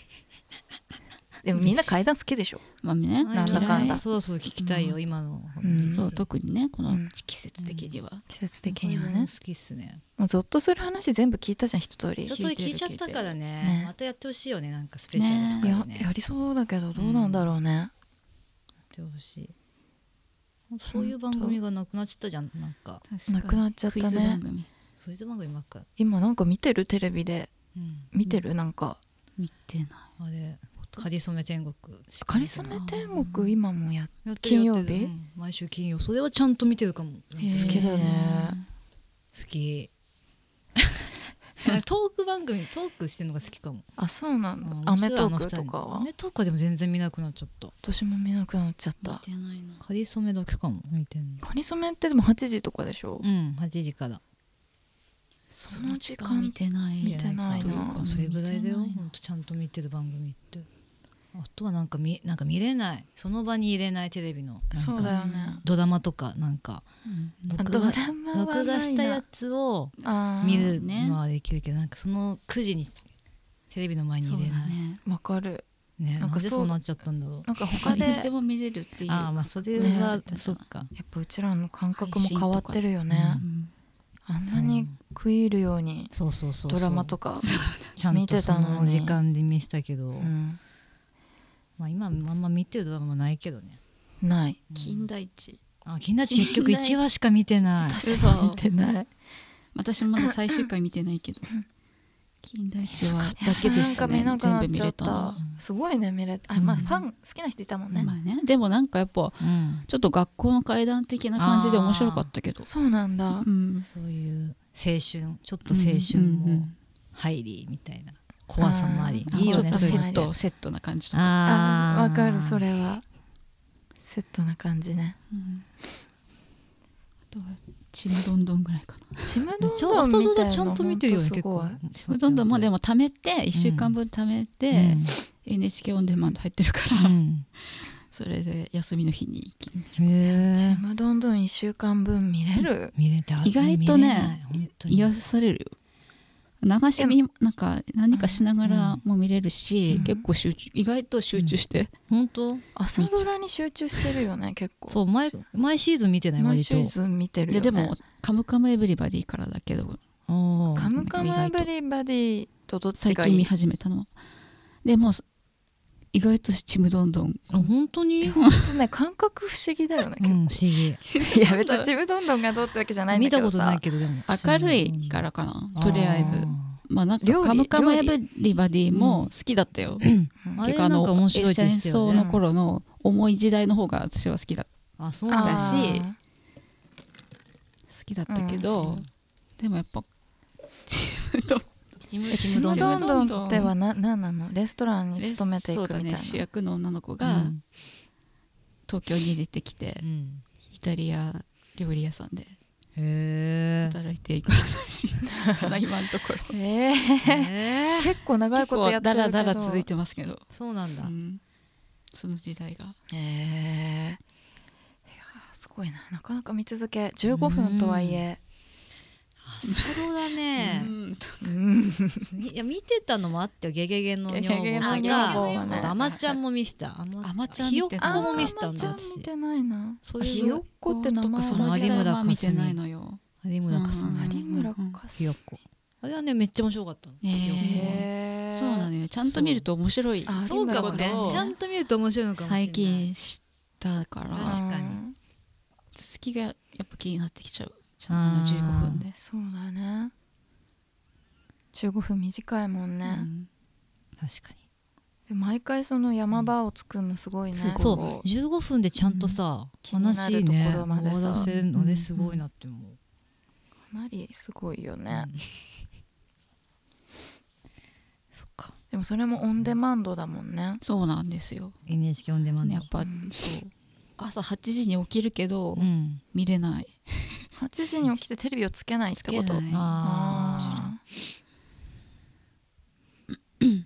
Speaker 1: でもみんな階段好きでしょ
Speaker 2: まあね
Speaker 1: なんだかんだ
Speaker 3: そろそろ聞きたいよ今の
Speaker 1: うん
Speaker 2: そう特にねこの
Speaker 1: うん
Speaker 2: 季節的には、
Speaker 1: 季節的には
Speaker 3: 階段
Speaker 1: ね
Speaker 3: 好きっすね
Speaker 1: もうゾッとする話全部聞いたじゃん一通り
Speaker 3: ちょっ
Speaker 2: 一
Speaker 3: と聞いちゃったからね
Speaker 1: ね
Speaker 3: またやってほしいよねなんかスペシャルと
Speaker 1: い
Speaker 3: か
Speaker 1: や
Speaker 3: でねや
Speaker 1: や
Speaker 3: っ
Speaker 1: りそうだけどどうなんだろうね、
Speaker 3: てほしいそういう番組がなくなっちゃったじゃんなんか
Speaker 1: なくなっちゃっ
Speaker 2: クイ
Speaker 1: た
Speaker 2: ズ
Speaker 1: ね
Speaker 2: 番組
Speaker 3: そういう番組ばっか
Speaker 1: 今なんか見てるテレビで
Speaker 3: うん
Speaker 1: 見てるなんか
Speaker 2: 見てない
Speaker 3: あれかりそめ天国
Speaker 1: 「かりそめ天国」今もやっ
Speaker 3: やってる
Speaker 1: 金曜
Speaker 3: やってる
Speaker 1: 日
Speaker 3: うん毎週金曜それはちゃんと見てるかも
Speaker 1: へー
Speaker 3: 好
Speaker 1: 好
Speaker 3: き
Speaker 1: き
Speaker 3: だ
Speaker 1: だ
Speaker 3: 好
Speaker 1: ね
Speaker 3: きトーク番組トークしてるのが好きかも
Speaker 1: あそうなんだ「
Speaker 3: あ
Speaker 1: ア
Speaker 3: 面白
Speaker 1: メ
Speaker 3: いあ
Speaker 1: トー
Speaker 3: の二
Speaker 1: ク」
Speaker 3: 人
Speaker 1: とかは
Speaker 3: アメトークはでも全然見なくなっちゃった
Speaker 1: 私も見なくなっちゃっ
Speaker 2: 見
Speaker 1: た
Speaker 2: てないな
Speaker 3: かりそめだけかも見てんの
Speaker 1: かりそめってでも8時とかでしょ、
Speaker 3: うん8時から
Speaker 1: その時
Speaker 2: あ見
Speaker 1: 間
Speaker 2: てない
Speaker 1: 見てないな
Speaker 2: とうか
Speaker 3: それぐらいだよ
Speaker 2: 見てない
Speaker 3: ほんとちゃんと見てる番組ってあとはなんか見なんか見れないその場に入れないテレビのな
Speaker 1: そ
Speaker 3: ん
Speaker 1: うだ
Speaker 3: か
Speaker 1: よね
Speaker 3: ドラマとかなんか
Speaker 2: うん
Speaker 1: あ
Speaker 3: 録
Speaker 1: ド
Speaker 3: 画
Speaker 1: ラマは
Speaker 3: 録
Speaker 1: な
Speaker 3: 画
Speaker 1: い
Speaker 3: したや
Speaker 1: な
Speaker 3: つを
Speaker 1: あー
Speaker 3: 見るのはできるけど、なんかその9時にテレビの前に
Speaker 2: そう
Speaker 3: 入
Speaker 2: だ
Speaker 3: れないね
Speaker 2: ね
Speaker 1: わかる
Speaker 3: な
Speaker 1: なん
Speaker 3: ん
Speaker 1: か
Speaker 3: で
Speaker 1: そう
Speaker 3: そうなっちゃったんだろう
Speaker 1: なんか他
Speaker 2: 他
Speaker 1: で
Speaker 2: で
Speaker 1: や
Speaker 2: でも見れるっていう
Speaker 3: ああまあそれは、
Speaker 1: ね
Speaker 3: そっか
Speaker 1: っぱうちらの感覚も変わってるよね
Speaker 2: う、ん
Speaker 1: あんなに食い入るように
Speaker 3: そうそうそうそう
Speaker 1: ドラマとか
Speaker 3: ちゃん
Speaker 1: 見
Speaker 3: と
Speaker 1: て
Speaker 3: そ
Speaker 1: たの
Speaker 3: の
Speaker 1: に
Speaker 3: 時間で見せたけど、
Speaker 1: うん、
Speaker 3: まあ今あんま見てるドラマないけどね
Speaker 1: ない
Speaker 2: 金田一
Speaker 3: あ金田一結局1話しか見てない
Speaker 1: 私は見てない
Speaker 2: 私まだ最終回見てないけど金田一はだけで
Speaker 1: なん
Speaker 2: した
Speaker 1: か見
Speaker 2: ね
Speaker 1: なく
Speaker 2: 全
Speaker 1: な
Speaker 2: 部
Speaker 1: っ
Speaker 2: 見
Speaker 1: ちゃ
Speaker 2: れ
Speaker 1: った
Speaker 2: の
Speaker 1: たすごいね見れたあまあファン好きな人いたもんね、
Speaker 2: まあねでもなんかやっぱ
Speaker 3: うん、
Speaker 2: ちょっと学校の階段的な感じで面白かったけど
Speaker 1: そうなんだ、
Speaker 2: うん
Speaker 3: そういう青春ちょっと青春
Speaker 2: うんうんう
Speaker 3: も
Speaker 2: ん
Speaker 3: 入りみたいな怖さもあり
Speaker 1: あー
Speaker 3: いいよ
Speaker 2: ち
Speaker 3: ね
Speaker 2: ょっと
Speaker 3: そうい
Speaker 2: セ
Speaker 3: うの
Speaker 2: ットセットな感じとか
Speaker 1: あ
Speaker 3: あ
Speaker 1: わかるそ
Speaker 3: れ
Speaker 1: れはセットな感じね
Speaker 2: うんあとはちむどんどんぐらいかな
Speaker 1: ちむどん
Speaker 3: ちゃ
Speaker 1: ど
Speaker 3: ん
Speaker 1: ん
Speaker 3: と
Speaker 1: みたいな
Speaker 3: ちゃんと見てるよね結構
Speaker 1: ほんとす
Speaker 2: ちむどんどんもで
Speaker 3: も
Speaker 2: も貯めて1週間分貯めて、NHK オンデマンド入ってるから、それで休みの日に一気に
Speaker 3: へ
Speaker 1: ごいち
Speaker 3: え
Speaker 1: むどんどん1 1週間分見れる
Speaker 3: 見れて
Speaker 2: 意外とね
Speaker 3: いや
Speaker 2: 癒されるよ流し見なんか何かしながらも見れるし、
Speaker 1: うん
Speaker 2: 結構集中意外と集中して、
Speaker 3: 本当
Speaker 1: 朝ドラに集中してるよね結構
Speaker 3: そう毎毎シーズン見てない
Speaker 1: 毎
Speaker 3: 割
Speaker 1: シ
Speaker 3: と
Speaker 1: ーズン見てる
Speaker 2: い
Speaker 1: よ
Speaker 2: やで
Speaker 1: ね
Speaker 2: も「カムカムエヴリバディ」からだけど
Speaker 3: あ
Speaker 1: カ
Speaker 3: あ
Speaker 1: ムカムエブリバディとどっち
Speaker 2: 最
Speaker 1: が
Speaker 2: 近
Speaker 1: い
Speaker 2: 見
Speaker 1: い
Speaker 2: 始めたのはでもう意外と「ちむどんどん」
Speaker 3: あ本当に、うん、
Speaker 1: ほんとね感覚不思議だよね
Speaker 3: 不思
Speaker 1: い
Speaker 3: 議
Speaker 1: や別にちむどんどんがどうってわけじゃないんだ
Speaker 3: 見
Speaker 1: け
Speaker 3: た
Speaker 1: ど
Speaker 3: ことな
Speaker 1: さ
Speaker 3: いけどでも
Speaker 2: 明るいからかなとりあえずまあなん
Speaker 1: 料
Speaker 2: か「カ
Speaker 1: 理
Speaker 2: ムカムエヴリバディ」も好きだったよ、
Speaker 3: あ
Speaker 2: て
Speaker 3: れ
Speaker 2: かあ
Speaker 3: なんか面
Speaker 2: の
Speaker 3: 白い
Speaker 2: 戦
Speaker 3: ですよ
Speaker 2: 争
Speaker 3: ね
Speaker 2: の頃の重い時代の方が私は好きだ
Speaker 3: あそうなんだ
Speaker 1: あー
Speaker 2: 好きだったけど、でもやっぱ「ちむどん
Speaker 3: ちむ
Speaker 1: えちむどんどんってはな何なのレストラ ン」に
Speaker 2: で
Speaker 1: 勤めてい
Speaker 2: そ
Speaker 1: くみ
Speaker 2: う
Speaker 1: た
Speaker 2: だ
Speaker 1: いな、
Speaker 2: ね主役の女の子
Speaker 3: う
Speaker 2: が
Speaker 3: ん
Speaker 2: 東京に出てきて、
Speaker 3: うん
Speaker 2: イタリア料理屋さんで
Speaker 3: へ
Speaker 2: 働いていく話かな今のところ
Speaker 1: え ー、
Speaker 3: えへえ
Speaker 1: 結構長い
Speaker 2: 結
Speaker 1: ことや
Speaker 2: 構
Speaker 1: って
Speaker 2: だ
Speaker 1: るけ
Speaker 2: ら
Speaker 1: ど
Speaker 2: だら続いてますけど、
Speaker 3: そうなんだ
Speaker 2: うんその時代が
Speaker 1: えー、いやーすごいななかなか見続け15分とはいえ
Speaker 3: 朝ドラね
Speaker 2: うん
Speaker 1: うん
Speaker 3: みいや見てたのもあってよゲゲゲの女
Speaker 1: ゲゲゲの
Speaker 3: 房と
Speaker 1: 女
Speaker 3: か
Speaker 1: 房は
Speaker 3: あ
Speaker 1: ね
Speaker 3: とアマちゃんも見せた
Speaker 2: アマちゃん
Speaker 3: ひよ
Speaker 2: 見
Speaker 3: ってこ
Speaker 2: た
Speaker 3: も見せたん
Speaker 1: ち
Speaker 3: だ
Speaker 1: ゃん見
Speaker 3: 私
Speaker 1: てないな
Speaker 3: そういう
Speaker 1: ひよっこって名前
Speaker 2: とかそ
Speaker 1: は
Speaker 2: の時
Speaker 1: 有
Speaker 2: 代
Speaker 3: 有
Speaker 2: は
Speaker 3: 村
Speaker 2: 見てないのよ
Speaker 3: 有村架純
Speaker 2: うんうん
Speaker 1: 村か
Speaker 3: ひよっこあれはねめっちゃ面白かったの
Speaker 2: え
Speaker 3: ひよっこは
Speaker 1: へえ
Speaker 2: そうなのよちゃんと見ると面白い
Speaker 1: あ
Speaker 3: そうかも
Speaker 1: 有
Speaker 3: ね
Speaker 1: 村架純
Speaker 3: ちゃんと見ると面白いのかもしれない
Speaker 2: 最近知ったから
Speaker 3: 確かに
Speaker 1: うん
Speaker 2: 続きがやっぱ気になってきちゃうちゃんと15分で、
Speaker 1: そうだね15分短いもんね、
Speaker 2: うん
Speaker 3: 確かに
Speaker 1: で毎回その山場を作るのすごいね、
Speaker 2: すごい
Speaker 3: そう15分でちゃんとさ
Speaker 1: 気にな
Speaker 3: 話
Speaker 1: ると
Speaker 3: ね
Speaker 1: こ
Speaker 3: 終
Speaker 1: ろまでさ
Speaker 3: わらせるのですごいなって思う
Speaker 1: かなりすごいよね、
Speaker 3: うんそっか
Speaker 1: でも それもオンデマンドだもんね
Speaker 2: そうなんですよ、
Speaker 3: NHK オンデマン
Speaker 2: ね、
Speaker 3: ド
Speaker 2: やっぱ、そう朝8時に起きるけど、
Speaker 3: うん
Speaker 2: 見れない
Speaker 1: 8時に起きてテレビをつけないってこ
Speaker 2: つ
Speaker 1: と
Speaker 2: けない
Speaker 3: あ
Speaker 1: あー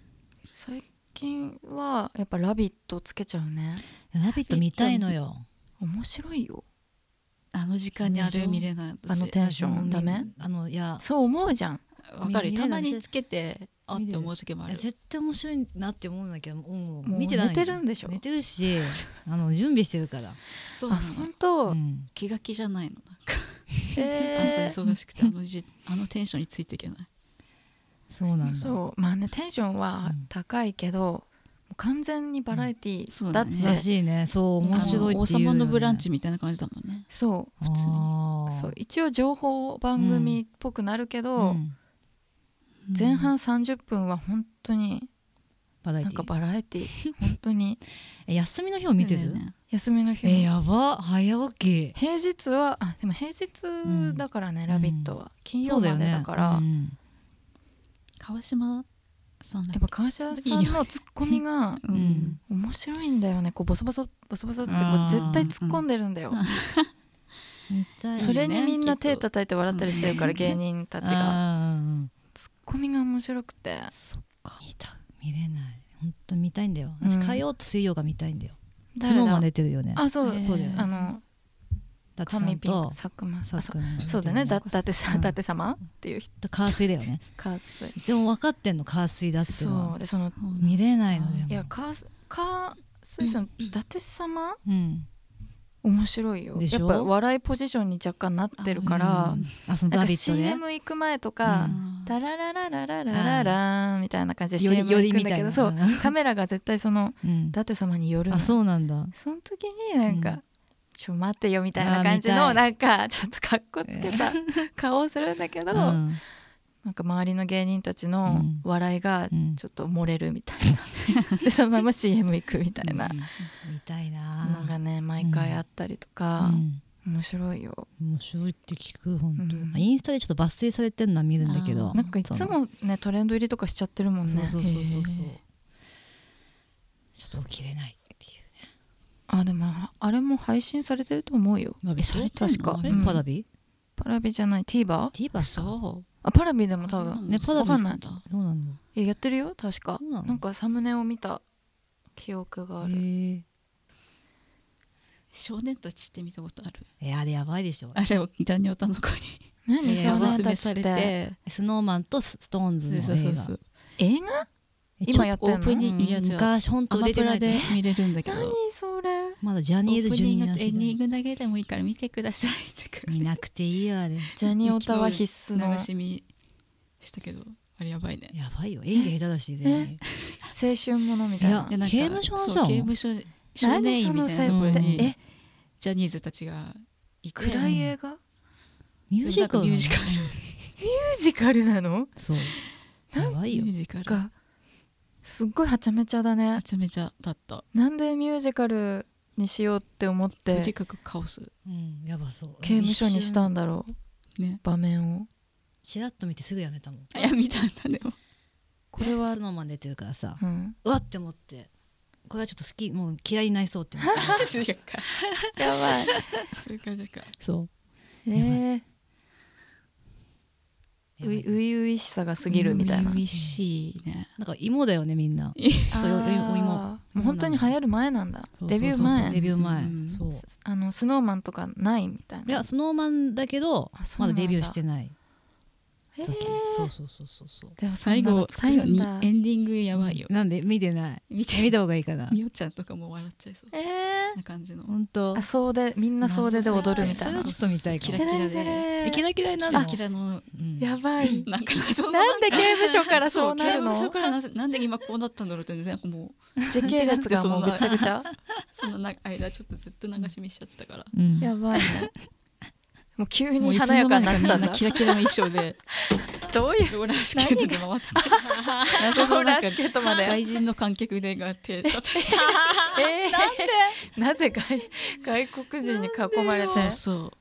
Speaker 1: 最近はやっぱ「ラビット!」つけちゃうね
Speaker 3: ーラビット見たいのよ
Speaker 1: 面白いよ
Speaker 2: あの時間にあれ見れない
Speaker 1: あの
Speaker 2: 私
Speaker 1: テンションダメ
Speaker 3: あのいや
Speaker 1: そう思うじゃん
Speaker 2: わかる
Speaker 3: 見れ
Speaker 2: た
Speaker 3: な
Speaker 2: ま
Speaker 3: い
Speaker 2: につけてあって思う時もある
Speaker 3: 絶対面白いなって思うんだけどもう
Speaker 1: もう
Speaker 3: 見てない
Speaker 1: 寝てるんでしょ
Speaker 3: 寝て るしあの準備してるから
Speaker 2: そうな
Speaker 1: あ
Speaker 2: の
Speaker 1: 本当、
Speaker 3: うん
Speaker 2: 気が気じゃないのなんか
Speaker 1: え
Speaker 2: 朝忙しくてあのじあのテンションについていけない
Speaker 3: そうなん
Speaker 1: ー、
Speaker 3: だ
Speaker 1: そうまあねテンションは高いけど、もう完全にバラエティ
Speaker 2: そ
Speaker 1: ー
Speaker 2: う
Speaker 1: だ
Speaker 2: だ
Speaker 1: って、
Speaker 2: ね
Speaker 3: らしいねそう面白い
Speaker 2: あの
Speaker 3: って
Speaker 2: 王
Speaker 3: いうよ
Speaker 2: 様
Speaker 3: ね
Speaker 2: のブランチみたいな感じだもんね
Speaker 1: そう
Speaker 2: 普通に
Speaker 3: あー
Speaker 1: そう一応情報番組っぽくなるけど、
Speaker 3: うん
Speaker 1: 前半30分は本当に
Speaker 3: バラエ
Speaker 1: な
Speaker 3: テ
Speaker 1: ん
Speaker 3: ィ
Speaker 1: かバラエティー本当に
Speaker 3: え休みの日を見て
Speaker 2: だよ
Speaker 3: る
Speaker 2: ね
Speaker 1: 休みの日
Speaker 3: え
Speaker 1: も、
Speaker 3: やば早起き
Speaker 1: 平日はあでも平日だからね「ラビット!」は金曜までだから
Speaker 3: うん
Speaker 2: 川島さんだ
Speaker 1: や
Speaker 2: っ
Speaker 1: っぱ川島さんのツッコミが
Speaker 2: け
Speaker 3: う
Speaker 2: うんん
Speaker 1: 面白いんだよねこうボソボソボソボソってこ
Speaker 3: あ
Speaker 1: う
Speaker 3: ー
Speaker 1: 絶対突っ込んでるんだよ、
Speaker 3: 見たい
Speaker 1: それ
Speaker 2: いい
Speaker 1: に
Speaker 2: ね
Speaker 1: みんな手
Speaker 2: きっと
Speaker 1: 叩いて笑ったりしてるから芸人たちが
Speaker 3: が
Speaker 1: ツッコミが面白くて
Speaker 3: そっか見た見れない本当見たいんだよ
Speaker 1: うん
Speaker 3: 私火曜と水曜が見たいんだよス
Speaker 1: 誰
Speaker 3: ノーマ
Speaker 1: だ
Speaker 3: ン出てるよね
Speaker 1: あそう、
Speaker 2: えー
Speaker 3: そうだよね
Speaker 1: あの
Speaker 3: だってさ
Speaker 1: 神
Speaker 3: ん
Speaker 1: ピン
Speaker 3: と
Speaker 1: ク佐久間さんあ
Speaker 3: さっくん
Speaker 1: そうそうだねだ
Speaker 2: そ
Speaker 1: 伊
Speaker 2: うかそう
Speaker 1: 達さん
Speaker 3: う
Speaker 1: 伊
Speaker 3: ん
Speaker 1: 達様っていう人
Speaker 3: だから水だよね
Speaker 1: カースイ
Speaker 3: でも分かってんの火水だっての
Speaker 1: そ
Speaker 3: は
Speaker 1: うでその
Speaker 3: 見れないのでも
Speaker 1: いやカースカースイその伊達様
Speaker 3: うん
Speaker 1: 面白いよ
Speaker 3: でし
Speaker 1: や
Speaker 3: ょ
Speaker 1: っぱ笑いポジションに若干なってるから
Speaker 3: うんあその
Speaker 1: な
Speaker 3: ラ
Speaker 1: んか
Speaker 3: ビットで
Speaker 1: CM 行く前とか
Speaker 2: うん
Speaker 1: ダララララララララーンみたいな感じで
Speaker 3: より
Speaker 1: CM
Speaker 3: よ
Speaker 1: 行
Speaker 3: り
Speaker 1: くんだ
Speaker 3: みた
Speaker 1: け
Speaker 3: い
Speaker 1: ど
Speaker 3: な
Speaker 1: そうカメラが絶対その
Speaker 3: うん
Speaker 1: 伊達様に寄るの
Speaker 3: あそうなんだ
Speaker 1: その時になんか、
Speaker 3: うん
Speaker 1: ちょ待ってよみたいな感じの
Speaker 3: あー見
Speaker 1: なんかちょっとかっこつけた顔をするんだけど、
Speaker 3: うん
Speaker 1: なんか周りの芸人たち
Speaker 3: う
Speaker 1: の
Speaker 3: ん
Speaker 1: 笑いが
Speaker 3: うん
Speaker 1: ちょっと漏れるみたいな、 でそのまま CM 行くみたいな
Speaker 3: 見たい
Speaker 1: のが
Speaker 3: な
Speaker 1: ね毎回あったりとか
Speaker 3: う、ん
Speaker 1: 面白いよ
Speaker 3: 面白いって聞く本
Speaker 1: うん
Speaker 3: 当インスタでちょっと抜粋されてるのは見るんだけ
Speaker 2: あ
Speaker 3: ど
Speaker 2: ー
Speaker 1: なんかいつもねトレンド入りとかしちゃってるも
Speaker 3: そ
Speaker 1: んね
Speaker 3: のそうそうそうそうそう
Speaker 2: へー
Speaker 3: ちょっと起きれないっていう
Speaker 1: あでもあれも配信されてると思うよ
Speaker 3: ラビ
Speaker 2: えそれ
Speaker 3: ッ
Speaker 2: てん
Speaker 1: 確
Speaker 2: の
Speaker 1: か
Speaker 3: ト
Speaker 2: あ
Speaker 3: え
Speaker 2: れ
Speaker 1: うん
Speaker 3: パラビ
Speaker 1: パラビじゃない TVer?
Speaker 3: ティーバーかそ
Speaker 2: そ
Speaker 1: あパラビで
Speaker 2: う
Speaker 1: も多分
Speaker 3: ねパラビ
Speaker 1: わかんない
Speaker 3: そうなんだ
Speaker 1: いややってるよ確か
Speaker 3: そうなの
Speaker 1: なんかサムネを見た記憶がある
Speaker 3: へー
Speaker 2: 少年たちって見たことある
Speaker 3: えあれやばいでしょ
Speaker 2: あれをジャニオタの子に
Speaker 1: 何
Speaker 3: いや
Speaker 1: 少
Speaker 2: おすすめ
Speaker 1: 年たち
Speaker 2: さ
Speaker 1: っ
Speaker 2: れ
Speaker 1: て
Speaker 2: て
Speaker 3: スノーマンとストーンズの
Speaker 2: そう
Speaker 3: 映画
Speaker 2: そうそうそう
Speaker 1: 映画
Speaker 3: え
Speaker 1: 今やってんの
Speaker 2: オープニングいや違う
Speaker 3: 昔本
Speaker 2: ア
Speaker 3: 当
Speaker 2: マ
Speaker 3: 出
Speaker 2: プ
Speaker 3: てな
Speaker 2: ラ
Speaker 3: いで
Speaker 2: で見れるんだけど
Speaker 1: 何それ
Speaker 3: まだジャニーズ
Speaker 2: オー
Speaker 3: ジ
Speaker 2: プ
Speaker 3: ュ
Speaker 2: ニン
Speaker 3: ニ
Speaker 2: グ
Speaker 3: ア
Speaker 2: とエ
Speaker 3: 時
Speaker 2: ンディン
Speaker 3: 代
Speaker 2: グだけでもいいから見てくださいってくる
Speaker 3: 見なくていいよあれ
Speaker 1: ジャニオタは必須の
Speaker 2: 流
Speaker 1: 青
Speaker 2: し見したけどあれやばいね
Speaker 3: やばいよ演技下手だしね
Speaker 1: 春ものみたいない
Speaker 3: や
Speaker 2: なんか
Speaker 3: 刑務所の
Speaker 2: そう
Speaker 3: じゃん
Speaker 2: 刑務所少年院みたいなところ
Speaker 3: 何その設
Speaker 2: に
Speaker 3: 定
Speaker 1: え
Speaker 2: ジャニーズたちがいて
Speaker 1: 暗い映画ミ
Speaker 3: ミュージカルなの
Speaker 2: ミュージカル
Speaker 1: ュージカルなの
Speaker 3: そうやばい
Speaker 2: ミ
Speaker 3: よ
Speaker 2: ュージカル
Speaker 1: がすっごいはちゃめちゃだね
Speaker 2: めちゃめちゃだった
Speaker 1: なんでミュージカルにしようって思っ
Speaker 2: とに
Speaker 1: て
Speaker 2: かくカオス
Speaker 3: うんやばそう
Speaker 1: 刑務所にしたんだろう
Speaker 2: ね
Speaker 1: 場面を
Speaker 3: ちらっと見てすぐやめたもん
Speaker 2: あ いや見たんだでも
Speaker 1: これは
Speaker 3: ス、ノーマン出てるからさ
Speaker 1: うん、
Speaker 3: うわって思ってこれはちょっと好きもう嫌いになりそうって思って
Speaker 2: そういうか
Speaker 1: やばい
Speaker 2: そういう感じか
Speaker 3: そう
Speaker 1: えー、ういういういしさが過ぎるみたいな
Speaker 2: 初々しいね
Speaker 3: なんか芋だよねみんなちょっとよよお芋
Speaker 1: あーもう本当に流行る前なんだ
Speaker 3: そうそうそうそう
Speaker 1: デビュー前
Speaker 3: デビュー前、
Speaker 2: うん
Speaker 3: そう
Speaker 1: すあのスノーマンとかないみたい
Speaker 3: いや
Speaker 1: な
Speaker 3: スノーマンだけど
Speaker 1: あそう
Speaker 3: ま
Speaker 1: な
Speaker 3: だ
Speaker 1: んだ
Speaker 3: デビューしてない
Speaker 1: へー
Speaker 3: 時、そうそうそうそうそう
Speaker 1: でもそ
Speaker 2: 最
Speaker 1: んな
Speaker 2: 後
Speaker 1: の作
Speaker 2: 最後
Speaker 1: るん
Speaker 2: に
Speaker 1: だ
Speaker 2: エンディングやばいよ
Speaker 3: なんで見てない
Speaker 2: 見て
Speaker 3: 見た方がいいかな
Speaker 2: みおちゃんとかも笑っちゃいそう
Speaker 1: え
Speaker 2: な感じの
Speaker 3: 本当
Speaker 1: ー、あ総出みんな総出で踊るみたいな
Speaker 3: それはちょっと見たいか
Speaker 2: キ
Speaker 3: も
Speaker 2: ラキラで
Speaker 1: え
Speaker 3: えキラキラにな
Speaker 2: キ
Speaker 3: るの
Speaker 2: ラキラの
Speaker 3: うん
Speaker 1: やばい
Speaker 2: なんかその
Speaker 1: なんで刑務所からそうなるの
Speaker 2: そう刑務所からなぜなんで今こうなったんだろうって全然もう
Speaker 1: 時系列がもうぐっちゃぐちゃ
Speaker 2: そのな間ちょっとずっと流し見しちゃってたから
Speaker 3: うん
Speaker 1: やばいねもう急
Speaker 2: もうい
Speaker 1: に
Speaker 2: つ
Speaker 1: 華や
Speaker 2: の
Speaker 1: か
Speaker 2: 間
Speaker 1: に
Speaker 2: に
Speaker 1: な
Speaker 2: かみん
Speaker 1: ってたん
Speaker 2: な
Speaker 1: だ
Speaker 2: キラキラの衣装 で
Speaker 1: どういう
Speaker 2: ローラースケート で回ってた謎
Speaker 1: ロ
Speaker 2: の
Speaker 1: ーラ
Speaker 2: なん
Speaker 1: ー
Speaker 2: か
Speaker 1: スケートまで
Speaker 2: 外人の観客でが手叩いて
Speaker 1: えー、なんでなぜ外外国人に囲まれて
Speaker 2: そうそ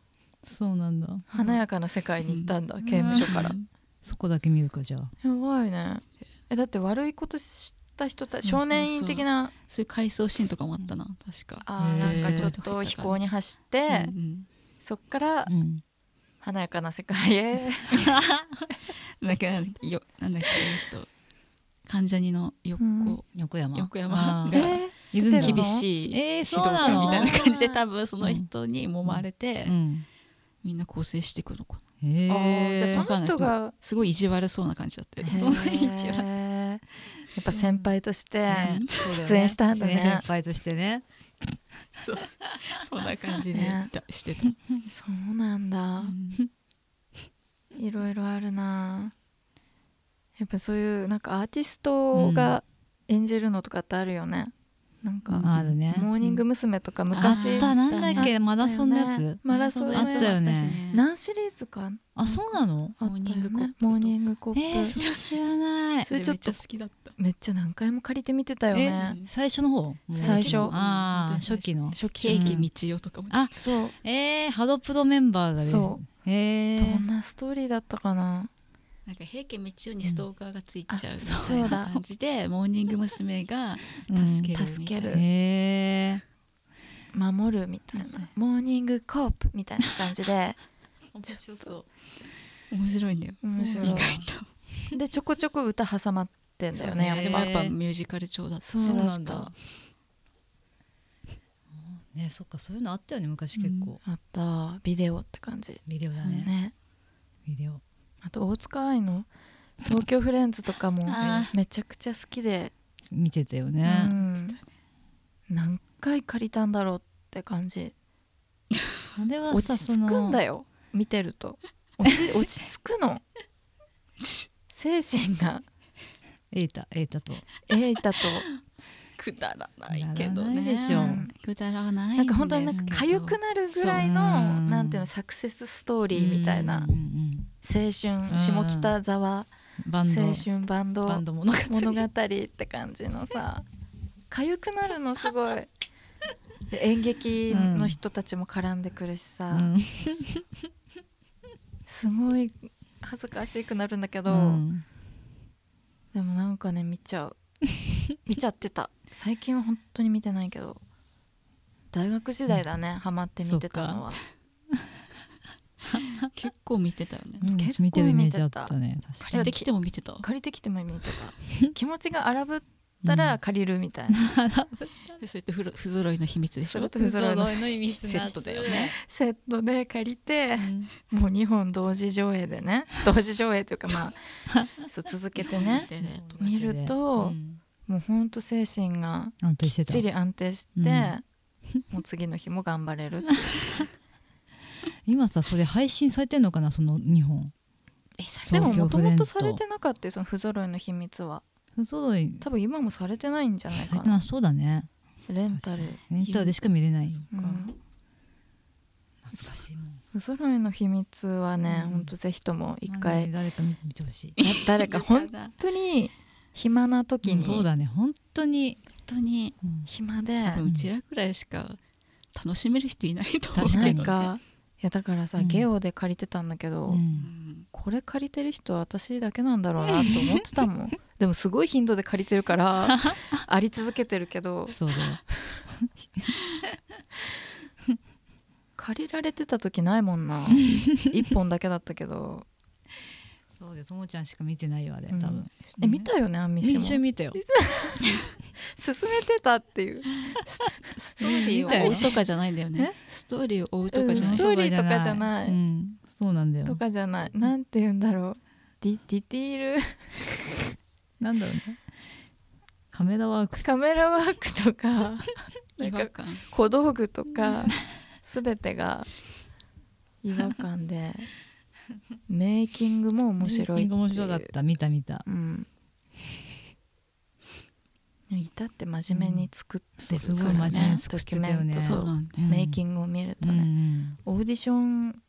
Speaker 2: う
Speaker 3: そうなんだ
Speaker 1: 華やかな世界に行ったんだ、刑務所から、
Speaker 3: そこだけ見るかじゃあ
Speaker 1: やばいねえだって悪いことした人
Speaker 2: そ
Speaker 1: た
Speaker 2: うそうそう
Speaker 1: 少年院的な
Speaker 2: そういう回想シーンとかもあったな確か
Speaker 1: あー
Speaker 3: へー
Speaker 1: なんかちょっと飛行に走って、
Speaker 2: うんうん
Speaker 1: そっから
Speaker 3: うん
Speaker 1: 華やかな世界へ
Speaker 2: なんかよなんだっけあの人関ジャニの横、
Speaker 1: うん
Speaker 3: 横山
Speaker 2: 横山
Speaker 3: あ ー
Speaker 2: え
Speaker 3: いるんだ
Speaker 1: 出てる
Speaker 2: 厳
Speaker 1: の
Speaker 2: しい
Speaker 3: え
Speaker 2: 指
Speaker 3: ー
Speaker 2: 導
Speaker 3: そうな
Speaker 2: 官
Speaker 3: の
Speaker 2: みたいな感じで多分その人に揉まれて、
Speaker 3: うん
Speaker 2: みんな構成していくのかな
Speaker 3: へ
Speaker 1: あ
Speaker 3: ー
Speaker 1: ーじゃあその人が
Speaker 2: すごい意地悪そうな感じだったよね
Speaker 1: へ
Speaker 2: その日
Speaker 1: ー
Speaker 2: は
Speaker 1: やっぱ先輩として、
Speaker 3: ね
Speaker 1: 出演したんだね
Speaker 3: そうよ先輩としてね
Speaker 2: そうそんな感じで
Speaker 1: ね
Speaker 2: いたしてた、
Speaker 1: そうなんだいろいろあるなやっぱそういうなんかアーティストが演じるのとかってあるよね、なんか、
Speaker 3: あるね
Speaker 1: モーニング娘。とか
Speaker 3: あ
Speaker 1: 昔
Speaker 3: ったなんだっけマラソンのや
Speaker 1: だよね
Speaker 3: つ
Speaker 1: マラソンのやつ
Speaker 3: あったよね
Speaker 1: 何シリーズか
Speaker 3: あそうなの
Speaker 1: あったよね
Speaker 2: モーニングコップと
Speaker 1: モーニングコップ、
Speaker 3: えーそれ知らない
Speaker 1: それちょっと
Speaker 2: 好きだった
Speaker 1: めっちゃ何回も借りて見てたよね
Speaker 2: え
Speaker 3: 最初の方
Speaker 1: 最初
Speaker 3: ああ初期の
Speaker 1: 初期
Speaker 2: ケーキ道夫とかも、
Speaker 3: あ
Speaker 1: そう
Speaker 3: えーハロプロメンバーが出る
Speaker 1: そ
Speaker 3: え
Speaker 1: どんなストーリーだったかな
Speaker 2: なんか平家道夫にストーカーがついちゃう
Speaker 1: うんあ
Speaker 2: みた
Speaker 1: そ
Speaker 2: いうな
Speaker 1: だ
Speaker 2: 感じでモーニング娘。が
Speaker 3: うん
Speaker 2: 助けるみたいな、
Speaker 1: 助ける
Speaker 3: へえ
Speaker 1: 守るみたいなモーニングコープみたいな感じで
Speaker 3: 面白そう
Speaker 2: 面白いんだよ
Speaker 1: 面白い
Speaker 2: 意外と
Speaker 1: でちょこちょこ歌挟まってんだよね
Speaker 3: そう
Speaker 1: や
Speaker 2: あ
Speaker 1: っ
Speaker 3: ね
Speaker 2: れ
Speaker 1: ぱ
Speaker 2: はやっぱミュージカル調だった
Speaker 1: そうだ
Speaker 3: そう
Speaker 1: っ
Speaker 3: なん
Speaker 1: た
Speaker 3: だねそっかそういうのあったよね昔結構
Speaker 1: あったビデオって感じ
Speaker 3: ビデオだね
Speaker 1: ね
Speaker 3: ビデオ
Speaker 1: あと大塚愛の「東京フレンズ」とかも
Speaker 2: あ
Speaker 1: めちゃくちゃ好きで、
Speaker 3: 見てたよ
Speaker 1: う
Speaker 3: ね
Speaker 1: ん、何回借りたんだろうって感じ
Speaker 3: あれは
Speaker 1: 落
Speaker 3: さ
Speaker 1: ち
Speaker 3: そ
Speaker 1: 着くん
Speaker 3: の
Speaker 1: だよ見てると落ち落ち着くの精神が
Speaker 3: エイタエイタと
Speaker 1: えいたと
Speaker 2: くだらないけ
Speaker 3: け
Speaker 2: ど
Speaker 3: ど
Speaker 2: ね
Speaker 3: ね
Speaker 2: くだらない
Speaker 1: なんか本当になんか
Speaker 2: ですけど
Speaker 1: 痒くなるぐらいの
Speaker 3: そう
Speaker 1: なんていうのサクセスストーリーみたいな
Speaker 3: うんうんうん
Speaker 1: 青春下北沢
Speaker 3: バ
Speaker 1: 青
Speaker 3: ンド
Speaker 1: 春バンド
Speaker 3: バンド物語
Speaker 1: 物語って感じの さ痒くなるのすごいで演劇の人たちも絡んでくるしさ、
Speaker 3: うん
Speaker 1: すごい恥ずかしくなるんだけど、
Speaker 3: うん
Speaker 1: でもなんかね見ちゃ う見ちゃってた最近は本当に見てないけど大学時代だね、ハマって見てたのは
Speaker 2: 結構見てたよね
Speaker 3: うん
Speaker 1: 結構
Speaker 3: 見てるイメージあったね確か
Speaker 2: 借りてきても見てた
Speaker 1: 借りてきても見てた気持ちが荒ぶっった
Speaker 3: う
Speaker 1: ら
Speaker 3: ん
Speaker 1: 借りるみたいな、
Speaker 2: でそれとふろ不揃いの秘密でし
Speaker 1: そ
Speaker 2: ょ
Speaker 1: れと不揃いの
Speaker 3: の意味
Speaker 2: セットだよね。
Speaker 1: セットで借りてもう2本同時上映でね同時上映というかま あそう続けてね
Speaker 2: でね
Speaker 1: 見る
Speaker 3: う
Speaker 1: と、
Speaker 3: ん
Speaker 1: もうほんと精神が
Speaker 3: 安定して
Speaker 1: きっち
Speaker 3: た
Speaker 1: り安定して、
Speaker 3: うん
Speaker 1: もう次の日も頑張れる っていう
Speaker 3: 今さそれ配信されてんのかなその2本
Speaker 2: えさ
Speaker 1: でも
Speaker 3: 東
Speaker 1: もと
Speaker 3: 京フレ
Speaker 1: も
Speaker 3: ン
Speaker 1: と
Speaker 3: ズ
Speaker 1: されてなかったよその不揃いの秘密は
Speaker 3: 不揃い
Speaker 1: 多分今もされてないんじゃない
Speaker 3: され
Speaker 1: か
Speaker 3: て
Speaker 1: な
Speaker 3: なそうだね
Speaker 1: レンタル、
Speaker 3: レンタルでしか見れない
Speaker 1: うん、
Speaker 3: 懐かしいもん
Speaker 1: 不揃いの秘密はね、
Speaker 3: うん
Speaker 1: ほんとぜひとも一
Speaker 3: あの
Speaker 1: 回
Speaker 3: 誰か見てほしい
Speaker 1: 誰か本
Speaker 2: 本
Speaker 1: 当に暇な時に、
Speaker 3: そうだね本当に、
Speaker 2: 当に
Speaker 3: うん
Speaker 1: 暇で
Speaker 2: 多分うちらぐらいしか楽しめる人いないと思う
Speaker 3: 確
Speaker 1: な
Speaker 3: か
Speaker 1: ん
Speaker 3: に
Speaker 1: かいやだからさ、
Speaker 3: うん
Speaker 1: ゲオで借りてたんだけど、
Speaker 3: うん
Speaker 1: これ借りてる人は私だけなんだろうなと思ってたもんでもすごい頻度で借りてるからあり続けてるけど
Speaker 3: そうだよ
Speaker 1: 借りられてた時ないもんな一本だけだったけど
Speaker 3: そうでともちゃんしか見てないよあれ
Speaker 1: う
Speaker 3: 多
Speaker 1: ん
Speaker 3: 分、
Speaker 1: え見たよねアンミシ
Speaker 3: 一
Speaker 1: も
Speaker 3: 緒に
Speaker 1: 進
Speaker 3: 見たよ
Speaker 1: めてたっていう
Speaker 2: ストーリーを追うとかじゃないんだよねストーリーを追うとかじゃな
Speaker 1: ス
Speaker 2: い
Speaker 1: トーリーとかじゃない
Speaker 3: うん、そうなんだよ
Speaker 1: とかじゃないなんて言うんだろうディディティール
Speaker 3: なんだろうねカメラワーク
Speaker 1: カメラワークとか
Speaker 2: 違和感
Speaker 1: 小道具と か全てが違和感 でメイキングも面白いっていう
Speaker 3: 面白かった見た見た
Speaker 1: うん至って真面目に作って
Speaker 3: そうす
Speaker 1: る
Speaker 3: ご
Speaker 1: から
Speaker 3: い真面目
Speaker 1: ね
Speaker 3: に作
Speaker 1: ドキ
Speaker 3: って
Speaker 1: ュ
Speaker 3: た
Speaker 1: メ
Speaker 3: よ
Speaker 1: ン
Speaker 3: ね
Speaker 1: ト
Speaker 2: そうなんだ
Speaker 3: うん
Speaker 1: メイキングを見ると
Speaker 3: うん
Speaker 1: ね、
Speaker 3: うん
Speaker 1: オーディション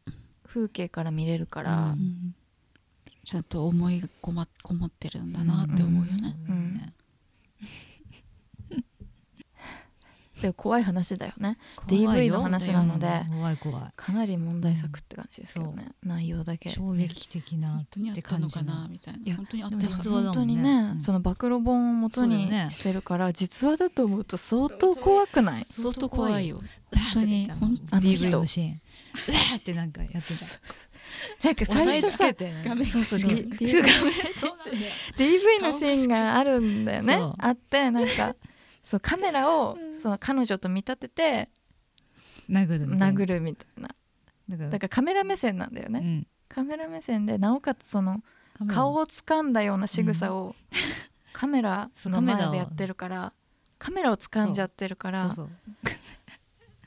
Speaker 1: 風景から見れるから、
Speaker 2: うんちゃんと思いがこまこもってるんだなって思うよね
Speaker 1: うんで怖い話だよね
Speaker 3: 怖い
Speaker 1: DV
Speaker 3: よ
Speaker 1: の話なので
Speaker 3: 怖い怖い
Speaker 1: かなり問題作って感じですよね、内容だけ
Speaker 3: 衝撃的な
Speaker 2: 本当にあっ
Speaker 3: っ
Speaker 2: てた
Speaker 3: 感
Speaker 2: の
Speaker 3: じ
Speaker 2: かなみたい
Speaker 1: いや
Speaker 2: な本当にあっ
Speaker 3: で
Speaker 2: た
Speaker 3: も
Speaker 2: のか
Speaker 3: 実
Speaker 2: な
Speaker 3: 話だもんね
Speaker 1: 本当にね、
Speaker 3: うん
Speaker 1: その暴露本を元
Speaker 3: そう
Speaker 1: に
Speaker 3: だよね
Speaker 1: してるから、実話だと思うと相当怖くない
Speaker 2: 相当怖いよ本当に
Speaker 3: あ
Speaker 2: 本
Speaker 1: あ
Speaker 3: の
Speaker 1: の人
Speaker 3: DV のシーンうわーってなんかやってた
Speaker 1: なんか最初さ
Speaker 3: 押えつけてね
Speaker 1: そうそう
Speaker 3: そう
Speaker 1: D- DV
Speaker 3: そうなんだよ
Speaker 1: DV のシーンがあるんだよね
Speaker 3: そう
Speaker 1: あってなんかそうカメラをその彼女と見立てて
Speaker 3: 殴るみたいな
Speaker 1: 殴るみたいな
Speaker 3: だから
Speaker 1: だからカメラ目線なんだよね、
Speaker 3: うん
Speaker 1: カメラ目線でなおかつその
Speaker 3: カメラ
Speaker 1: 顔を掴んだような仕草をカメラの前でやってるからカメラを掴んじゃってるから
Speaker 3: そう
Speaker 1: こ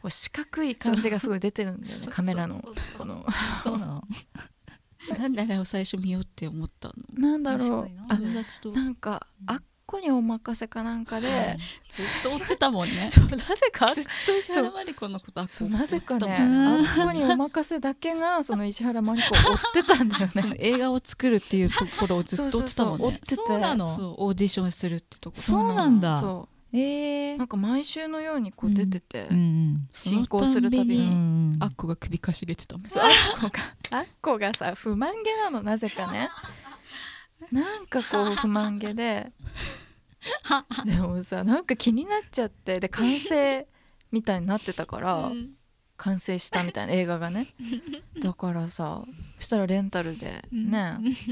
Speaker 1: う四角い感じがすごい出てるんだよねカメラのこの
Speaker 3: そうそうなの
Speaker 2: なんであれを最初見ようって思ったの
Speaker 1: なんだろうあ
Speaker 2: 友達と
Speaker 1: なんかあっこにお任せかなんか で
Speaker 2: ずっと追ってたもんね
Speaker 1: そうなぜか
Speaker 2: ずっと石原まりこのことあ
Speaker 1: そうなぜかね
Speaker 3: もんね
Speaker 1: あっこにお任せだけがその石原真理子を追ってたんだよ
Speaker 2: その
Speaker 1: ね
Speaker 2: 映画を作るっていうところをずっと追ってたもん
Speaker 1: そうそうそう追っ
Speaker 2: ね
Speaker 1: てて
Speaker 3: そうなの
Speaker 2: そうオーディションするってとこ
Speaker 3: そうなんだ
Speaker 1: そ
Speaker 3: ええ
Speaker 1: うなんか毎週のようにこう出てて、
Speaker 3: うん
Speaker 1: 進行するたび
Speaker 3: う
Speaker 2: その
Speaker 1: に
Speaker 2: たん
Speaker 3: んうん
Speaker 2: あっこが首かしげてたもん
Speaker 1: そうあっこが あっこがさ不満げなのなぜかねなんかこう不満げででもさなんか気になっちゃってで完成みたいになってたから、完成したみたいな映画がねだからさそしたらレンタルでね、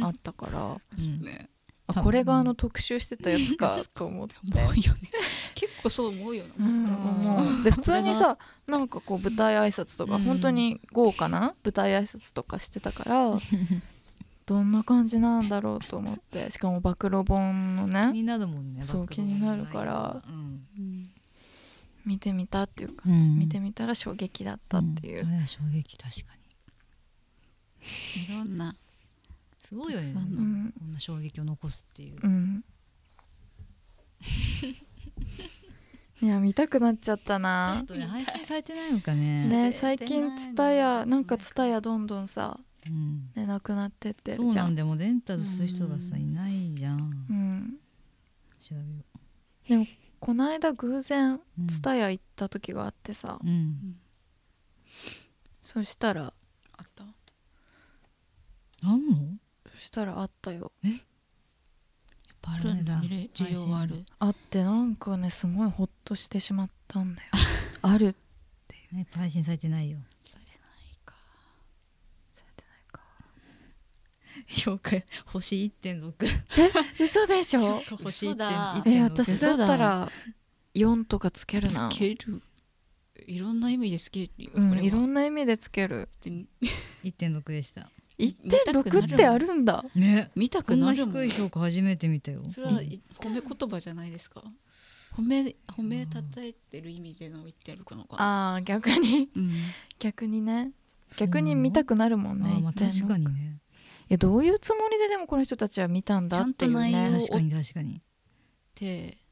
Speaker 1: あったから
Speaker 3: うん
Speaker 2: ね
Speaker 1: あこれがあの特集してたやつかと思って。
Speaker 2: 思うよね結構そう思うよな
Speaker 1: うん思うで普通にさなんかこう舞台挨拶とか、
Speaker 3: うん
Speaker 1: 本当に豪華な舞台挨拶とかしてたからどんな感じなんだろうと思ってしかも暴露本の
Speaker 3: 気
Speaker 1: ね
Speaker 3: になるもんね
Speaker 1: そう
Speaker 3: 暴露本の内容
Speaker 1: 気になるから
Speaker 3: うん
Speaker 1: 見てみたっていう感じ、
Speaker 3: うん
Speaker 1: 見てみたら衝撃だったっていう、
Speaker 3: んあれは衝撃確かに
Speaker 2: いろんな
Speaker 3: すごいよね
Speaker 2: たくさん
Speaker 1: う
Speaker 2: の
Speaker 3: うん
Speaker 1: ん
Speaker 3: こんな衝撃を残すっていう
Speaker 1: うん、いや見たくなっちゃった
Speaker 3: ちょ
Speaker 1: な
Speaker 3: っとね配信されてないのかね
Speaker 1: ね最近ツタヤなんかツタヤどんどんさ、
Speaker 3: うん
Speaker 1: ね、なくなってって
Speaker 3: そ
Speaker 1: る
Speaker 3: う
Speaker 1: じゃ
Speaker 3: なん
Speaker 1: ん
Speaker 3: でもうレンタルする人がさ
Speaker 2: うん
Speaker 3: いないじゃん
Speaker 1: うん、
Speaker 3: 調べよう
Speaker 1: こないだ偶然
Speaker 3: うん
Speaker 1: ツタヤ行った時があってさ、
Speaker 3: うん
Speaker 1: そしたら
Speaker 2: あった
Speaker 3: あんのやっ
Speaker 1: そしたらあったよ
Speaker 3: ぱあ
Speaker 2: あ
Speaker 3: る
Speaker 2: る
Speaker 3: ん
Speaker 2: ん
Speaker 3: だ
Speaker 2: だ見れ需要はある
Speaker 1: あってなんかねすごいホッとしてしまったんだ よある
Speaker 3: ねやっぱ配信されてないよ
Speaker 2: されないか
Speaker 1: されてないか
Speaker 3: 評価星1.6
Speaker 1: 嘘でしょ
Speaker 3: 星
Speaker 2: 嘘だ
Speaker 3: 1.1.6
Speaker 1: え私だったら4とかつけるな
Speaker 2: つけるいろんな意味でつけるよ、
Speaker 1: うん
Speaker 2: これはい
Speaker 1: ろんな意味でつける
Speaker 2: 別に
Speaker 3: 1.6でした
Speaker 1: 1.6ってあるんだ
Speaker 3: ね
Speaker 2: 見た
Speaker 3: こ
Speaker 2: く
Speaker 3: ん
Speaker 2: な
Speaker 3: な
Speaker 2: るも
Speaker 3: 低
Speaker 2: ん
Speaker 3: い評価初めて見たよ
Speaker 2: それはい褒め言葉じゃないですか褒め褒めたたえてる意味での言ってるのかな
Speaker 1: あー逆に
Speaker 2: うん
Speaker 1: 逆にね逆に見た
Speaker 3: く
Speaker 1: くなるもんね
Speaker 3: ねまあ
Speaker 1: 1.6
Speaker 3: 確かにね
Speaker 1: いやどういうつもりででもこの人たちは見たんだっていう
Speaker 2: ちゃんと内
Speaker 1: ね
Speaker 2: 容
Speaker 3: 確かに確かに
Speaker 2: で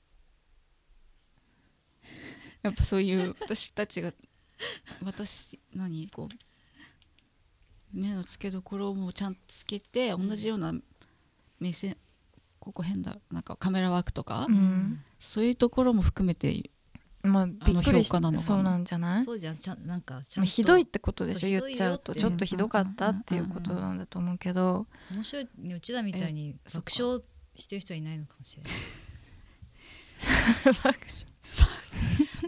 Speaker 2: やっぱそういう私たちが 私何こう目の付けどころもちゃんとつけて同じような目線ここ変だなんかカメラワークとか、
Speaker 1: うん
Speaker 2: そういうとこのも含めて
Speaker 1: まあびっく
Speaker 2: あ
Speaker 1: りし
Speaker 2: の評価なのかな
Speaker 1: そうなんじゃない
Speaker 3: そうじゃんちゃんなんかちゃ
Speaker 1: まあ
Speaker 3: んと
Speaker 1: ひどいってことでし
Speaker 3: そ
Speaker 1: ょ
Speaker 3: う
Speaker 1: 言っちゃうと
Speaker 3: ひ
Speaker 1: ち
Speaker 3: ど
Speaker 1: ょ
Speaker 3: いよ
Speaker 1: っ
Speaker 3: って
Speaker 1: とひどかったっていうことなんだと思うけど
Speaker 3: 面白いねうちらみたいに
Speaker 2: え
Speaker 3: 爆笑してる人はいないのかもしれない
Speaker 1: 爆笑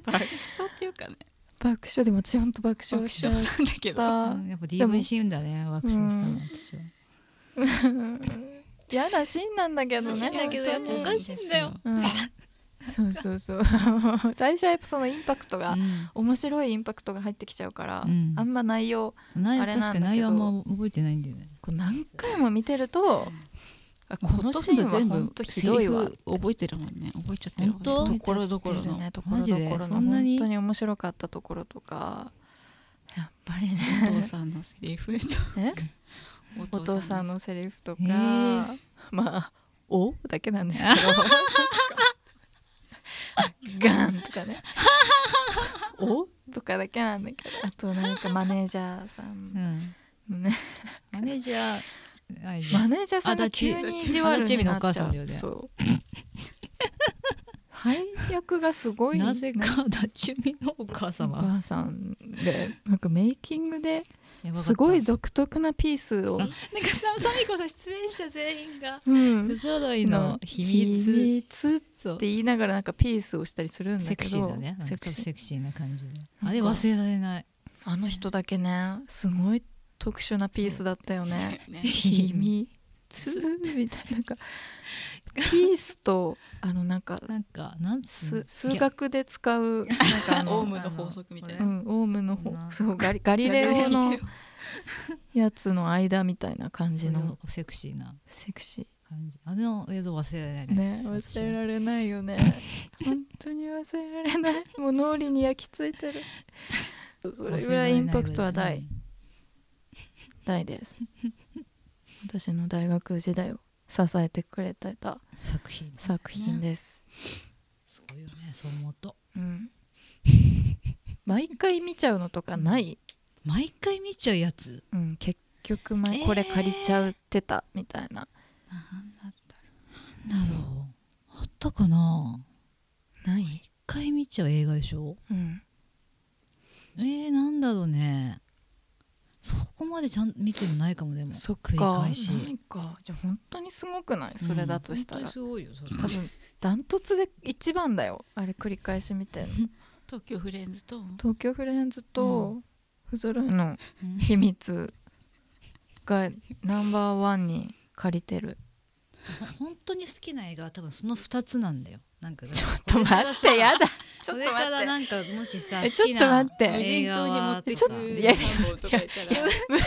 Speaker 2: 爆笑っていうか ね
Speaker 1: 爆笑でも私ほんと爆笑しちゃっ
Speaker 2: んだけ
Speaker 1: た
Speaker 3: うんやっぱ
Speaker 1: でも
Speaker 3: DV シーンだね爆笑した
Speaker 1: うん
Speaker 3: の私は
Speaker 1: 嫌なシーンなんだけどね
Speaker 3: 嫌なシーンだけどやっぱおかしいんだよ
Speaker 1: うんそうそうそう 最初はやっぱそのインパクトが面白いインパクトが入ってきちゃうから
Speaker 3: うん
Speaker 1: あんま内容
Speaker 3: うん内
Speaker 1: あ
Speaker 3: 容
Speaker 1: れなんだけ
Speaker 3: 確か
Speaker 1: ど
Speaker 3: に内容あんま覚えてないんだよね
Speaker 1: こう何回も見てるとあこのシーンはほんとひどいわ
Speaker 2: 覚えてるもんね覚えちゃってるもんね
Speaker 3: 本当
Speaker 2: ところどころの、
Speaker 1: ねところ
Speaker 3: マジ
Speaker 1: ど
Speaker 3: で
Speaker 1: ころの
Speaker 3: そんなに
Speaker 1: 本当に面白かったところとかやっぱりね
Speaker 2: お父さんのセリフと
Speaker 1: え お父さんのセリフとか、まあ「お」だけなんですけど「ガン」とかね「お」とかだけなんだけどあとなんかマネージャーさ
Speaker 3: うんん
Speaker 1: のね
Speaker 3: マネージャーあれじゃん
Speaker 1: マネージャーさんが急に意地悪になっちゃ
Speaker 3: 足立みのお母さんだよ
Speaker 1: う
Speaker 3: ね
Speaker 1: そう配役がすごい
Speaker 3: なぜかダチュミのお母
Speaker 1: お
Speaker 3: 様
Speaker 1: 母さんでなんかメイキングで
Speaker 3: やばかった
Speaker 1: すごい独特なピースを
Speaker 3: あ、なんかさサミコさん出演者全員が
Speaker 1: うん
Speaker 3: 不揃いの秘密
Speaker 1: 秘密
Speaker 3: そう
Speaker 1: って言いながらなんかピースをしたりするんだけど
Speaker 3: セクシーだね
Speaker 1: セクシー
Speaker 3: セクシーな感じで
Speaker 1: なんか
Speaker 3: あれ忘れられない
Speaker 1: あの人だけねすごい特殊なピースだったよね
Speaker 2: ね
Speaker 1: 秘密みたいななんかピースとあのなんか
Speaker 3: なんかなんつう
Speaker 1: 数
Speaker 3: の
Speaker 1: 数学で使うなんかあの
Speaker 2: オウムの法則みたい
Speaker 1: うん
Speaker 2: な。、
Speaker 1: オウムの
Speaker 3: な
Speaker 1: 方そうガリガリレオのやつの間みたいな感じの
Speaker 3: セクシーな
Speaker 1: セクシ
Speaker 3: 感じあの映像忘れられな
Speaker 1: ー
Speaker 3: い
Speaker 1: ね忘れられないよ ね本当に忘れられない もう脳裏に焼き付いてるそれぐらいインパクトは大大です 私の大学時代を支えてくれてた
Speaker 3: 作品
Speaker 1: 作品です、
Speaker 3: すごいよねそう思うと
Speaker 1: うん毎回見ちゃうのとかない、
Speaker 3: 毎回見ちゃうやつ
Speaker 1: うん、結局
Speaker 3: え
Speaker 1: 前
Speaker 3: ー
Speaker 1: これ借りちゃってたみたいな、
Speaker 3: なんだろうあったかな
Speaker 1: ない、
Speaker 3: 一回見ちゃう映画でしょ
Speaker 1: うん、
Speaker 3: えー、なんだろうねそこまでちゃんと見てもないかもでも
Speaker 1: そっ
Speaker 3: 繰り
Speaker 1: かな
Speaker 3: 返し
Speaker 1: いかじゃあ本当にすごくないそれだとしたら、
Speaker 3: 本当にすごいよそれ
Speaker 1: 多分ダントツで一番だよあれ繰り返し見てんの
Speaker 2: 東京フレンズと
Speaker 1: 東京フレンズと不揃いの
Speaker 3: うん
Speaker 1: 秘密がナンバーワンに借りて る
Speaker 3: 本当に好きな映画は多分その2つなんだよなんか
Speaker 1: ちょっと待ってやだちょ
Speaker 3: こ
Speaker 1: っと
Speaker 3: れから
Speaker 1: 待っ
Speaker 3: なんかもしさ
Speaker 1: え
Speaker 3: 好
Speaker 1: ちょっと
Speaker 3: きな
Speaker 1: 待って
Speaker 2: 無
Speaker 3: 映
Speaker 2: 人
Speaker 3: 画
Speaker 2: 島に持
Speaker 3: は
Speaker 2: って
Speaker 1: ちょ
Speaker 2: く
Speaker 1: っと
Speaker 2: る
Speaker 1: いやいや
Speaker 2: 三本とかいたら
Speaker 1: て無人島に持っ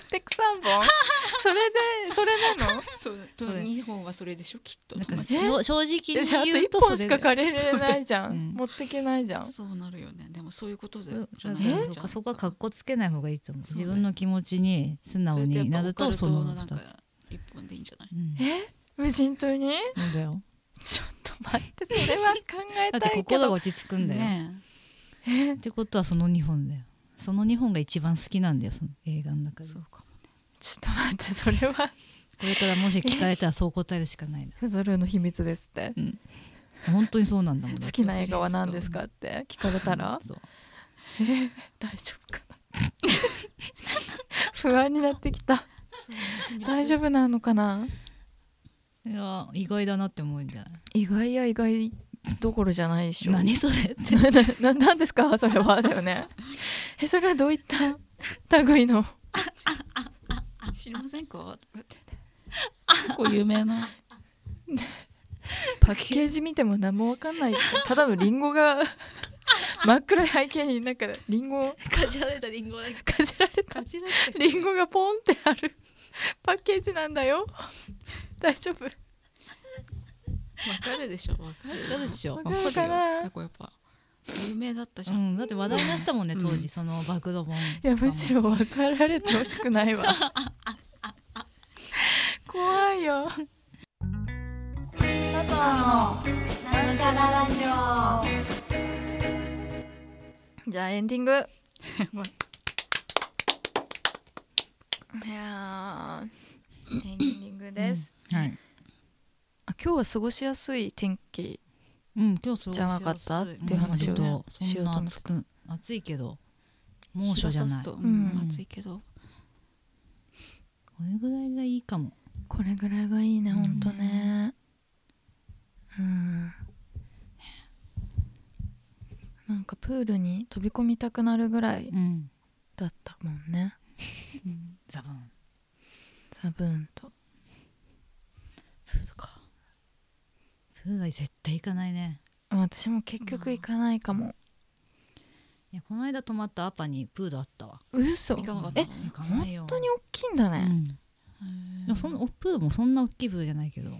Speaker 1: てく3本 それでそれなの
Speaker 2: そうと
Speaker 3: それ
Speaker 2: 日本はそれでしょきっと
Speaker 3: なんか
Speaker 1: え
Speaker 3: しょ正直
Speaker 1: えじゃああ
Speaker 3: に
Speaker 1: と
Speaker 3: 言う
Speaker 1: 1
Speaker 3: と
Speaker 1: 本
Speaker 3: そ
Speaker 1: し
Speaker 3: れ
Speaker 1: か
Speaker 3: だよ
Speaker 1: 借りれないじゃん、
Speaker 3: うん
Speaker 1: 持ってけないじゃん
Speaker 2: そうなるよねでもそういうことで
Speaker 3: うん
Speaker 2: じゃない
Speaker 3: だから
Speaker 2: じ
Speaker 3: そ
Speaker 2: ゃ
Speaker 3: うんかそこは格好つけない方がいいと思う
Speaker 2: そう
Speaker 3: 自分の気持ちに素直になるとその
Speaker 2: な
Speaker 3: 2
Speaker 2: ん
Speaker 3: つ
Speaker 2: か一本でいいんじゃない
Speaker 3: うん
Speaker 1: え無人島に
Speaker 3: そうだよ
Speaker 1: ちょっと待ってそれは考え
Speaker 3: だった
Speaker 1: いけ
Speaker 3: て心が
Speaker 1: ど
Speaker 3: 落ち着くんだよ、
Speaker 2: ね
Speaker 3: ってことはその2本だよその2本が一番好きなんだよその映画の中
Speaker 2: え
Speaker 3: で
Speaker 2: そうかも
Speaker 1: ちょっと待ってそれは
Speaker 3: これからもし聞かれたらそう答えるしかないな
Speaker 1: 「フゾルの秘密です」って
Speaker 3: 本当にそうなんだも
Speaker 1: 「
Speaker 3: んだ
Speaker 1: 好
Speaker 3: って
Speaker 1: きな映画は何ですか?」って聞かれたら
Speaker 3: そう
Speaker 1: 大丈夫かな不安になってきた大丈
Speaker 2: 夫
Speaker 1: 夫なのかない
Speaker 3: や意外だなって思うんじゃない
Speaker 1: 意外や意外どころじゃないでしょ
Speaker 3: 何それって
Speaker 1: なななんですかそれはだよねえそれはどういった類の
Speaker 2: 知りませんかとかって結構有名な
Speaker 1: パッケージ見ても何もわかんないただのリン ゴが真っ暗い背景になんかリンゴ
Speaker 4: かじられたリンゴなんか
Speaker 1: かじられた
Speaker 4: かじられ
Speaker 1: リンゴがポンってあるパッケージなんだよ大丈夫
Speaker 2: わかるでしょわかる
Speaker 3: どうでしょう
Speaker 1: わかるかな
Speaker 2: 結構やっぱ有名だったじ
Speaker 3: う
Speaker 2: ゃん、
Speaker 3: ん、だって話題になってたもんね
Speaker 2: うん
Speaker 3: 当時、その暴露本
Speaker 1: いやむしろ分かられてほしくないわ怖いよ
Speaker 5: 佐藤アのなんちゃらラジオ
Speaker 1: じゃあエンデ ィングいやーエンディングです、
Speaker 3: うんはい
Speaker 1: あ今日は過ごしやすい天気
Speaker 3: うん今日そう
Speaker 1: じゃなかったっていう話をねし
Speaker 3: そ
Speaker 1: よ
Speaker 3: ん
Speaker 1: うと思
Speaker 3: な
Speaker 1: って
Speaker 3: 暑く暑いけど猛暑じゃない
Speaker 2: 日が差すと
Speaker 3: こ
Speaker 2: うん
Speaker 1: うん
Speaker 2: 暑いけど
Speaker 3: れぐらいがいいかも
Speaker 1: これぐらいがいいね
Speaker 3: う
Speaker 1: ほ
Speaker 3: ん
Speaker 1: んとねうんなんかプールに飛び込みたくなるぐらい
Speaker 3: うん
Speaker 1: だったもんね
Speaker 3: ザブン
Speaker 1: ザブーンと
Speaker 3: プールかプールは絶対行かないね
Speaker 1: 私も結局行かないかも
Speaker 3: いやこの間泊まったアパにプールあったわ
Speaker 1: 嘘
Speaker 2: 行かなか
Speaker 1: 本
Speaker 2: ったの
Speaker 3: 行かないよ
Speaker 1: 当に大きいんだ
Speaker 3: う
Speaker 1: ね、
Speaker 3: んでもそのプールもそんな大きいプールじゃないけど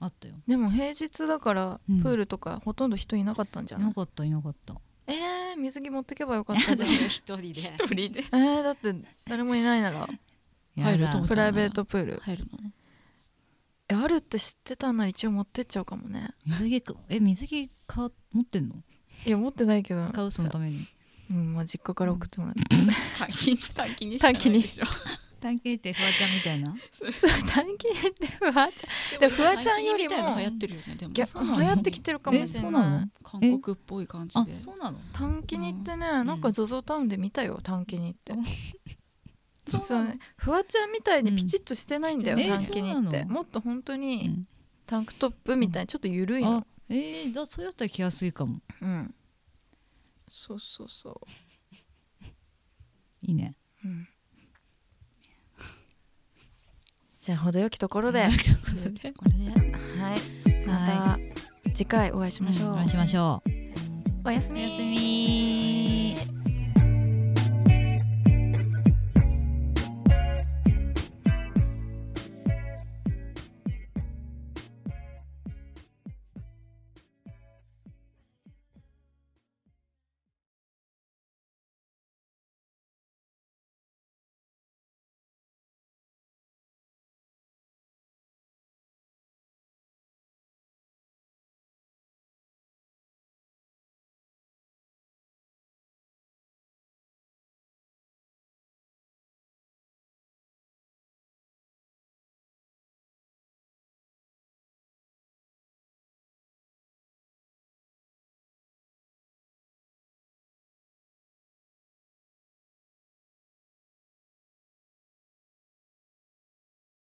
Speaker 3: あったよ
Speaker 1: でも平日だから
Speaker 3: うん
Speaker 1: プールとかほとんど人いなかったんじ
Speaker 3: い
Speaker 1: ゃない、
Speaker 3: なかったいなかった
Speaker 1: えー、水着持ってけばよかったじゃんえ
Speaker 3: 人で
Speaker 2: 人で
Speaker 1: ー、だって誰もいないなら
Speaker 2: 入ると思っ
Speaker 1: プライベートプール
Speaker 2: 入るの
Speaker 1: えあるって知ってたんなら一応持ってっちゃうかも ね
Speaker 3: 水着かえ水着か持ってんの
Speaker 1: いや持ってないけど
Speaker 3: 買うそのために
Speaker 1: うんまあ、実家から送ってもら って、
Speaker 2: 短期短期に
Speaker 1: しかないで
Speaker 2: しょ
Speaker 3: 短期ってフワちゃんみたいな
Speaker 1: そう短期ってフワち でもフワちゃんよりも
Speaker 2: 短期みたいなの流行ってるよねでも
Speaker 1: ゃんいや
Speaker 3: うなの
Speaker 1: 流行ってきてるかもしれな
Speaker 3: えそ
Speaker 1: いう
Speaker 3: なの
Speaker 2: 韓国っぽい感じ
Speaker 3: あ
Speaker 2: で
Speaker 3: そうなの
Speaker 1: 短期にってね、なんか ZOZO タウンで見たよ短期にって、
Speaker 3: そう
Speaker 1: そうねフワちゃんみたいにピチッとしてないんだよ、
Speaker 3: うんしてない
Speaker 1: 短期に
Speaker 3: えそう
Speaker 1: っ
Speaker 3: な
Speaker 1: て
Speaker 3: の
Speaker 1: もっと本当
Speaker 3: う
Speaker 1: に
Speaker 3: ん
Speaker 1: タンクトップみたいにちょっと緩いの
Speaker 3: あえー、だそれだったら着やすいかも
Speaker 1: うんそうそうそ
Speaker 3: いいね
Speaker 1: う、うん、じゃあ程よきところ で、はい
Speaker 2: これで
Speaker 1: また次回お会いしましょう、
Speaker 3: お会いしましょう
Speaker 1: おやすみ
Speaker 3: おやすみ